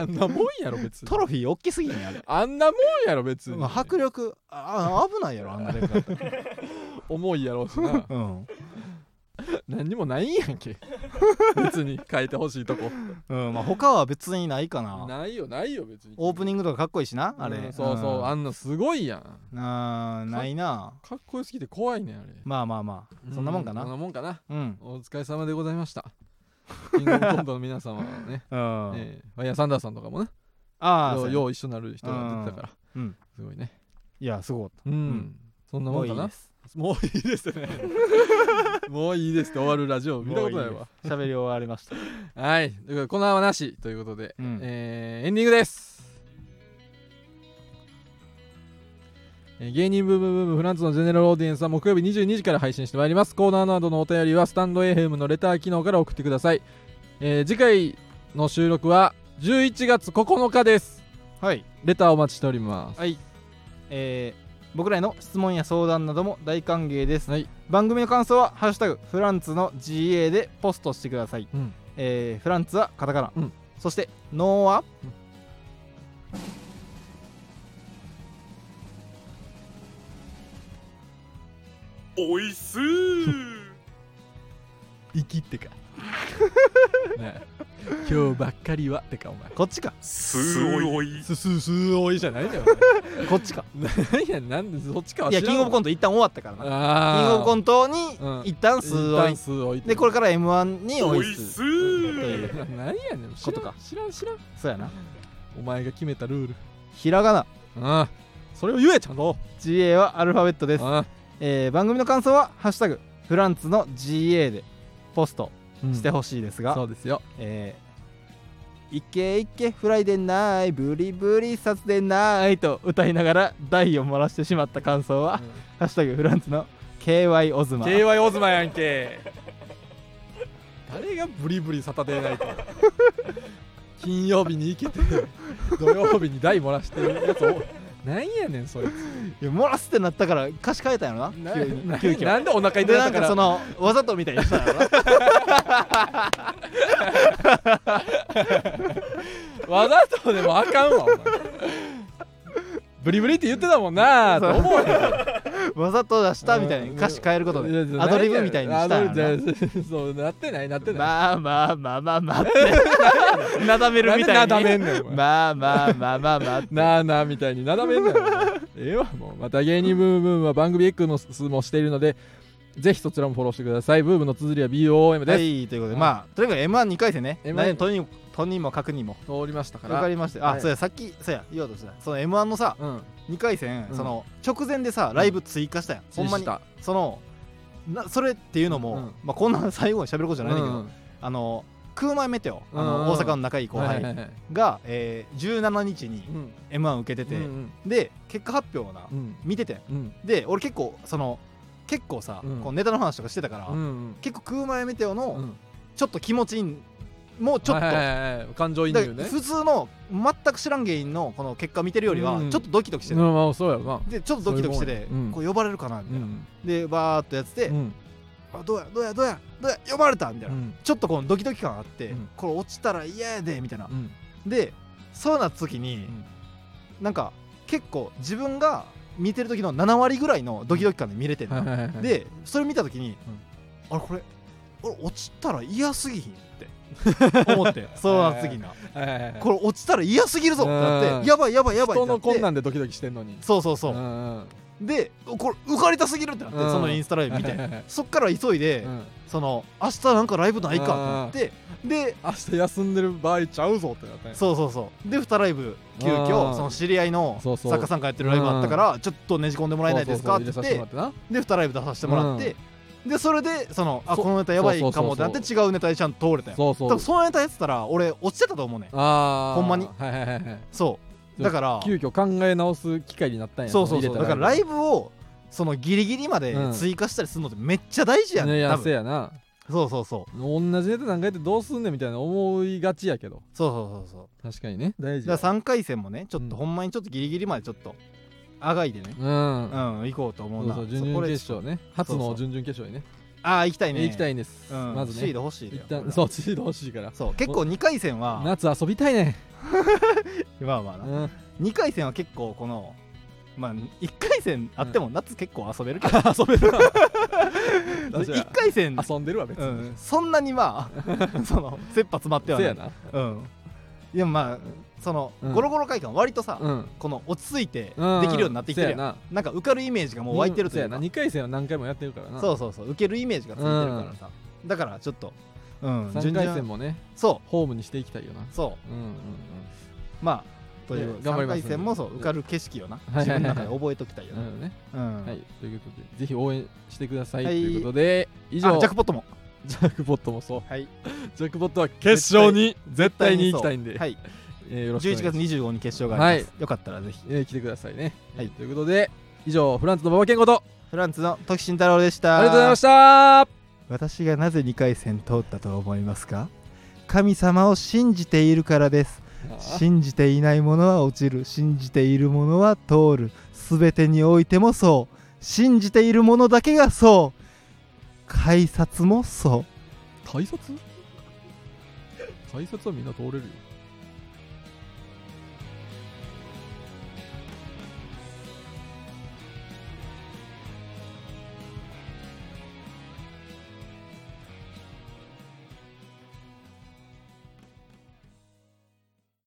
Speaker 1: あんなもんやろ別に
Speaker 2: トロフィー大きすぎねあれ
Speaker 1: あんなもんやろ別に
Speaker 2: まあ迫力ああ危ないやろあんなでかか ったら
Speaker 1: 重いやろうし な
Speaker 2: うん、
Speaker 1: 何にもないんやんけ別に変えてほしいとこ
Speaker 2: うん、まあ他は別にないかな
Speaker 1: ないよないよ別に
Speaker 2: オープニングとかかっこいいしなあれ、
Speaker 1: うんそうそう、あんなすごいやん
Speaker 2: あーないな
Speaker 1: かっこよすぎて怖いねんあれ
Speaker 2: まあまあまあそんなもんか
Speaker 1: うそん
Speaker 2: な
Speaker 1: なもんかな
Speaker 2: うん、
Speaker 1: お疲れ様でございましたキングオブコントの皆様はね
Speaker 2: うん、
Speaker 1: えーファイヤーサンダーさんとかもね
Speaker 2: ああ
Speaker 1: よ
Speaker 2: そうう
Speaker 1: よう一緒になる人が出てたから
Speaker 2: うんうん
Speaker 1: すごいね
Speaker 2: いやすごかった
Speaker 1: うん、
Speaker 2: ん
Speaker 1: そんな
Speaker 2: も
Speaker 1: もん
Speaker 2: うい
Speaker 1: か
Speaker 2: い
Speaker 1: な
Speaker 2: です
Speaker 1: もういいですね もういいですって終わるラジオ見たことない
Speaker 2: もう
Speaker 1: わ
Speaker 2: です 喋り終わりました
Speaker 1: はいということでこのはなしということで、
Speaker 2: うん
Speaker 1: えーエンディングです、えー芸人ブームブームフランツのジェネラルオーディエンスは木曜日22時から配信してまいりますコーナーなどのお便りはスタンド FM のレター機能から送ってください、えー次回の収録は11月9日です
Speaker 2: はい
Speaker 1: レターお待ちしております
Speaker 2: はいえー僕らへの質問や相談なども大歓迎です、
Speaker 1: はい
Speaker 2: 番組の感想は「ハッシュタグフランツの GA」でポストしてください、
Speaker 1: うん
Speaker 2: えーフランツはカタカナ、
Speaker 1: うん
Speaker 2: そしてノーは
Speaker 3: おいすー
Speaker 1: 生きって かねえ今日ばっかりはってかお前
Speaker 2: こっちか
Speaker 3: すーおい
Speaker 1: すすすおいじゃないん だよ
Speaker 2: こっちか
Speaker 1: 何やなんでそっちかはい
Speaker 2: やキングオブコ
Speaker 1: ン
Speaker 2: ント一旦終わったからなキ
Speaker 1: あ
Speaker 2: ングオブコ
Speaker 1: ン
Speaker 2: ントに
Speaker 1: うん
Speaker 2: 一旦数を
Speaker 1: 数を置いて
Speaker 2: でこれから m 1に追いす
Speaker 3: す ー
Speaker 1: 何やねん
Speaker 2: ことか
Speaker 1: 知らん知らん知らん
Speaker 2: そうやな
Speaker 1: お前が決めたルール
Speaker 2: ひらがな
Speaker 1: ああそれを言えちゃんと
Speaker 2: GA はアルファベットです、
Speaker 1: ああ
Speaker 2: えー番組の感想は「ハッシュタグフランツの GA」でポスト
Speaker 1: うん
Speaker 2: してほしいですが、
Speaker 1: そうですよ
Speaker 2: えーいけいけフライデーナイブリブリサツデーナイと歌いながら台を漏らしてしまった感想は「ハッシュタグフランツの KY オズマ」
Speaker 1: KY オズマやんけ誰がブリブリサタデーナイ ト金曜日に行けて土曜日に台漏らしてるやつお何やねんそいつ
Speaker 2: いや漏らすってなったから歌詞変えたんやろな急に急遽
Speaker 1: なんでお腹痛
Speaker 2: でな
Speaker 1: か
Speaker 2: ん
Speaker 1: った
Speaker 2: かそ
Speaker 1: ら
Speaker 2: のわざとみたいにしたん やろな
Speaker 1: わざとでもあかんわお前ブリブリって言ってたもんなと思うよ
Speaker 2: わざと出したみたいに歌詞変えることで
Speaker 1: いや
Speaker 2: アドリブみたいにしたんや
Speaker 1: ア
Speaker 2: ろ
Speaker 1: ド
Speaker 2: な
Speaker 1: リブじゃそうなってないなってない、
Speaker 2: まあまあまあまあまあってなだめ る
Speaker 1: なん
Speaker 2: み
Speaker 1: で
Speaker 2: た
Speaker 1: な
Speaker 2: い
Speaker 1: だめ
Speaker 2: に
Speaker 1: んねんお前
Speaker 2: まあまあまあまあまあっ て
Speaker 1: なあなあみたいになだめんねんお前ええわもうまた芸人ブームブームは番組エッグの数もしているのでぜひそちらもフォローしてくださいブームの綴りは BOM です、
Speaker 2: はいということでまあとにかく m 1 2回戦ね
Speaker 1: M1
Speaker 2: 何とにもとにもかくにも
Speaker 1: 通りましたか
Speaker 2: わ
Speaker 1: ら
Speaker 2: かりましたよ
Speaker 1: は
Speaker 2: あ
Speaker 1: い
Speaker 2: そうやさっきそうや言おうとしたその m 1のさ
Speaker 1: うん
Speaker 2: 2回戦
Speaker 1: うん
Speaker 2: その直前でさライブ追加したやんほんまに
Speaker 1: した
Speaker 2: そのなそれっていうのも、
Speaker 1: うん
Speaker 2: まあ、こんな最後に喋ることじゃないんだけど、
Speaker 1: うん
Speaker 2: あの空前メテオあの、
Speaker 1: うんうん
Speaker 2: 大阪の仲いい後
Speaker 1: はいはい
Speaker 2: 輩
Speaker 1: はい
Speaker 2: が、えー17日に
Speaker 1: うん
Speaker 2: m 1受けてて、
Speaker 1: うん
Speaker 2: で結果発表をな、
Speaker 1: うん
Speaker 2: 見ててん
Speaker 1: うん
Speaker 2: で俺結構その結構さ、
Speaker 1: うん
Speaker 2: こうネタの話とかしてたから、
Speaker 1: うんうん
Speaker 2: 結構空前メテオ
Speaker 1: う
Speaker 2: の
Speaker 1: ん
Speaker 2: ちょっと気持ちいいもうちょっと、
Speaker 1: はいはいはい感情移
Speaker 2: だ
Speaker 1: 入
Speaker 2: から
Speaker 1: ね
Speaker 2: 普通の全く知らん芸人のこの結果見てるよりは
Speaker 1: うん
Speaker 2: ちょっとドキドキして
Speaker 1: う
Speaker 2: る、
Speaker 1: んまあそうやな
Speaker 2: でちょっとドキドキしてて
Speaker 1: そういうもんやうん
Speaker 2: こう呼ばれるかなみたいな、
Speaker 1: ん
Speaker 2: でバーっとやってて、
Speaker 1: うん
Speaker 2: あどうやどうやどうやどうや呼ばれたみたいな、
Speaker 1: うん
Speaker 2: ちょっとこのドキドキ感あって、
Speaker 1: うん
Speaker 2: これ落ちたら嫌やでみたいな
Speaker 1: う、ん
Speaker 2: でそうなった時に、なんか結構自分が見てる時の7割ぐらいのドキドキ感で見れてる、
Speaker 1: はいはいはいはい
Speaker 2: でそれ見た時に、あれこれ俺落ちたら嫌すぎひんっ て思ってそうなった時にな
Speaker 1: はいはいはい
Speaker 2: これ落ちたら嫌すぎるぞってなっ
Speaker 1: うん
Speaker 2: てやばいやばいやばいっ
Speaker 1: 人
Speaker 2: てなっ
Speaker 1: の
Speaker 2: て
Speaker 1: 困難でドキドキしてんのに
Speaker 2: そうそうそうう、
Speaker 1: んうん
Speaker 2: でこれ浮かれたすぎるってなって、
Speaker 1: うん
Speaker 2: そのインスタライブ見て、
Speaker 1: はいはいはい
Speaker 2: そっから急いで、
Speaker 1: うん
Speaker 2: その明日なんかライブないかってなってで
Speaker 1: 明日休んでる場合ちゃうぞってなったんや
Speaker 2: そうそうそうで2ライブ急
Speaker 1: あ
Speaker 2: 遽
Speaker 1: ー
Speaker 2: その知り合いの
Speaker 1: そうそう
Speaker 2: 作家さんがやってるライブあったからちょっとねじ込んでもらえないですかって言っ
Speaker 1: そうそうそう入れさせてもら
Speaker 2: て
Speaker 1: ってな
Speaker 2: で2ライブ出させてもらってでそれでそのあ
Speaker 1: そう
Speaker 2: このネタやばいかもってなっ
Speaker 1: そう
Speaker 2: て違うネタにちゃんと通れたよ
Speaker 1: そう
Speaker 2: 多
Speaker 1: そ
Speaker 2: 分
Speaker 1: う
Speaker 2: そのネタやってたら俺落ちてたと思うねん
Speaker 1: ああ
Speaker 2: ほんまに
Speaker 1: はいはいはいはい
Speaker 2: そうだから
Speaker 1: 急遽考え直す機会になったんや
Speaker 2: そうそう
Speaker 1: 入
Speaker 2: そ
Speaker 1: れた
Speaker 2: うだからライブをそのギリギリまで
Speaker 1: うん
Speaker 2: 追加したりするのってめっちゃ大事や
Speaker 1: ね
Speaker 2: ねん多
Speaker 1: やせ
Speaker 2: 分
Speaker 1: やな
Speaker 2: そうそうそう
Speaker 1: 同じネタなんかやってどうすんねんみたいな思いがちやけど
Speaker 2: そうそうそうそう
Speaker 1: 確かにね大事
Speaker 2: だ
Speaker 1: や
Speaker 2: から3回戦もねちょっ
Speaker 1: うん
Speaker 2: とほんまにちょっとギリギリまでちょっとあがいてね
Speaker 1: うん
Speaker 2: うん行こうと思
Speaker 1: そ
Speaker 2: う
Speaker 1: う
Speaker 2: な
Speaker 1: そう準々決勝ね初
Speaker 2: そうそ
Speaker 1: の
Speaker 2: う
Speaker 1: 準々決勝にね
Speaker 2: ああ行きたいね
Speaker 1: 行きた
Speaker 2: い
Speaker 1: いんです
Speaker 2: うん
Speaker 1: まず
Speaker 2: シー
Speaker 1: ね
Speaker 2: ド欲しいだ
Speaker 1: 一
Speaker 2: よ
Speaker 1: 旦そうシード欲しいから
Speaker 2: そう結構2回戦は
Speaker 1: 夏遊びたい ね
Speaker 2: まあまあ
Speaker 1: う
Speaker 2: なん2回戦は結構このまあ1回戦あっても夏結構遊べるけ ど
Speaker 1: 遊べるわ確かに
Speaker 2: 1回戦
Speaker 1: 遊ん でるわ別
Speaker 2: う
Speaker 1: に
Speaker 2: んそんなにまあ その切羽詰まっては
Speaker 1: せ
Speaker 2: な
Speaker 1: や
Speaker 2: い
Speaker 1: な
Speaker 2: うんいやまあその
Speaker 1: うん
Speaker 2: ゴロゴロ会館割とさ
Speaker 1: うん
Speaker 2: この落ち着いてで
Speaker 1: うん
Speaker 2: きるようになってきてる
Speaker 1: せや
Speaker 2: やん
Speaker 1: な
Speaker 2: なんか受かるイメージがもう湧いてると
Speaker 1: せ
Speaker 2: い
Speaker 1: や
Speaker 2: う
Speaker 1: な
Speaker 2: か
Speaker 1: 2回戦は何回もやってるからな
Speaker 2: そうそうそう受けるイメージがついてるからさ、だからちょっとうん
Speaker 1: 3
Speaker 2: 順
Speaker 1: 回
Speaker 2: 々
Speaker 1: 戦もね
Speaker 2: そ
Speaker 1: ホームにしていきたいよな
Speaker 2: うそ
Speaker 1: うんうんうん
Speaker 2: うまあとい
Speaker 1: いうや頑張り
Speaker 2: 3
Speaker 1: ます
Speaker 2: 回戦もそう受かる景色をな
Speaker 1: はいはい
Speaker 2: 自
Speaker 1: はい
Speaker 2: 分の中で覚えときたいよ
Speaker 1: なる
Speaker 2: な
Speaker 1: ほどね、
Speaker 2: うん、
Speaker 1: はいということでぜひ応援してください、
Speaker 2: は
Speaker 1: と
Speaker 2: い
Speaker 1: いうことで以
Speaker 2: 以
Speaker 1: 上
Speaker 2: 上
Speaker 1: ジ
Speaker 2: ジ
Speaker 1: ャ
Speaker 2: ャックポットも
Speaker 1: ックポットも そう
Speaker 2: はい
Speaker 1: ジャックポットは決勝に絶対に行きたいんで、
Speaker 2: はい
Speaker 1: えーよろしくお願い
Speaker 2: 11
Speaker 1: し
Speaker 2: 月
Speaker 1: ます
Speaker 2: 25日に決勝があります、よかったらぜひ
Speaker 1: えー来てくださいね、
Speaker 2: はい
Speaker 1: えーということで以上フランスの馬場健吾と
Speaker 2: フランツの徳慎太郎でした
Speaker 1: ありがとうございました
Speaker 2: 私がなぜ2回戦通ったと思いますか神様を信じているからです信じていないものは落ちる信じているものは通る全てにおいてもそう信じているものだけがそう改札もそう
Speaker 1: 改札改札はみんな通れるよ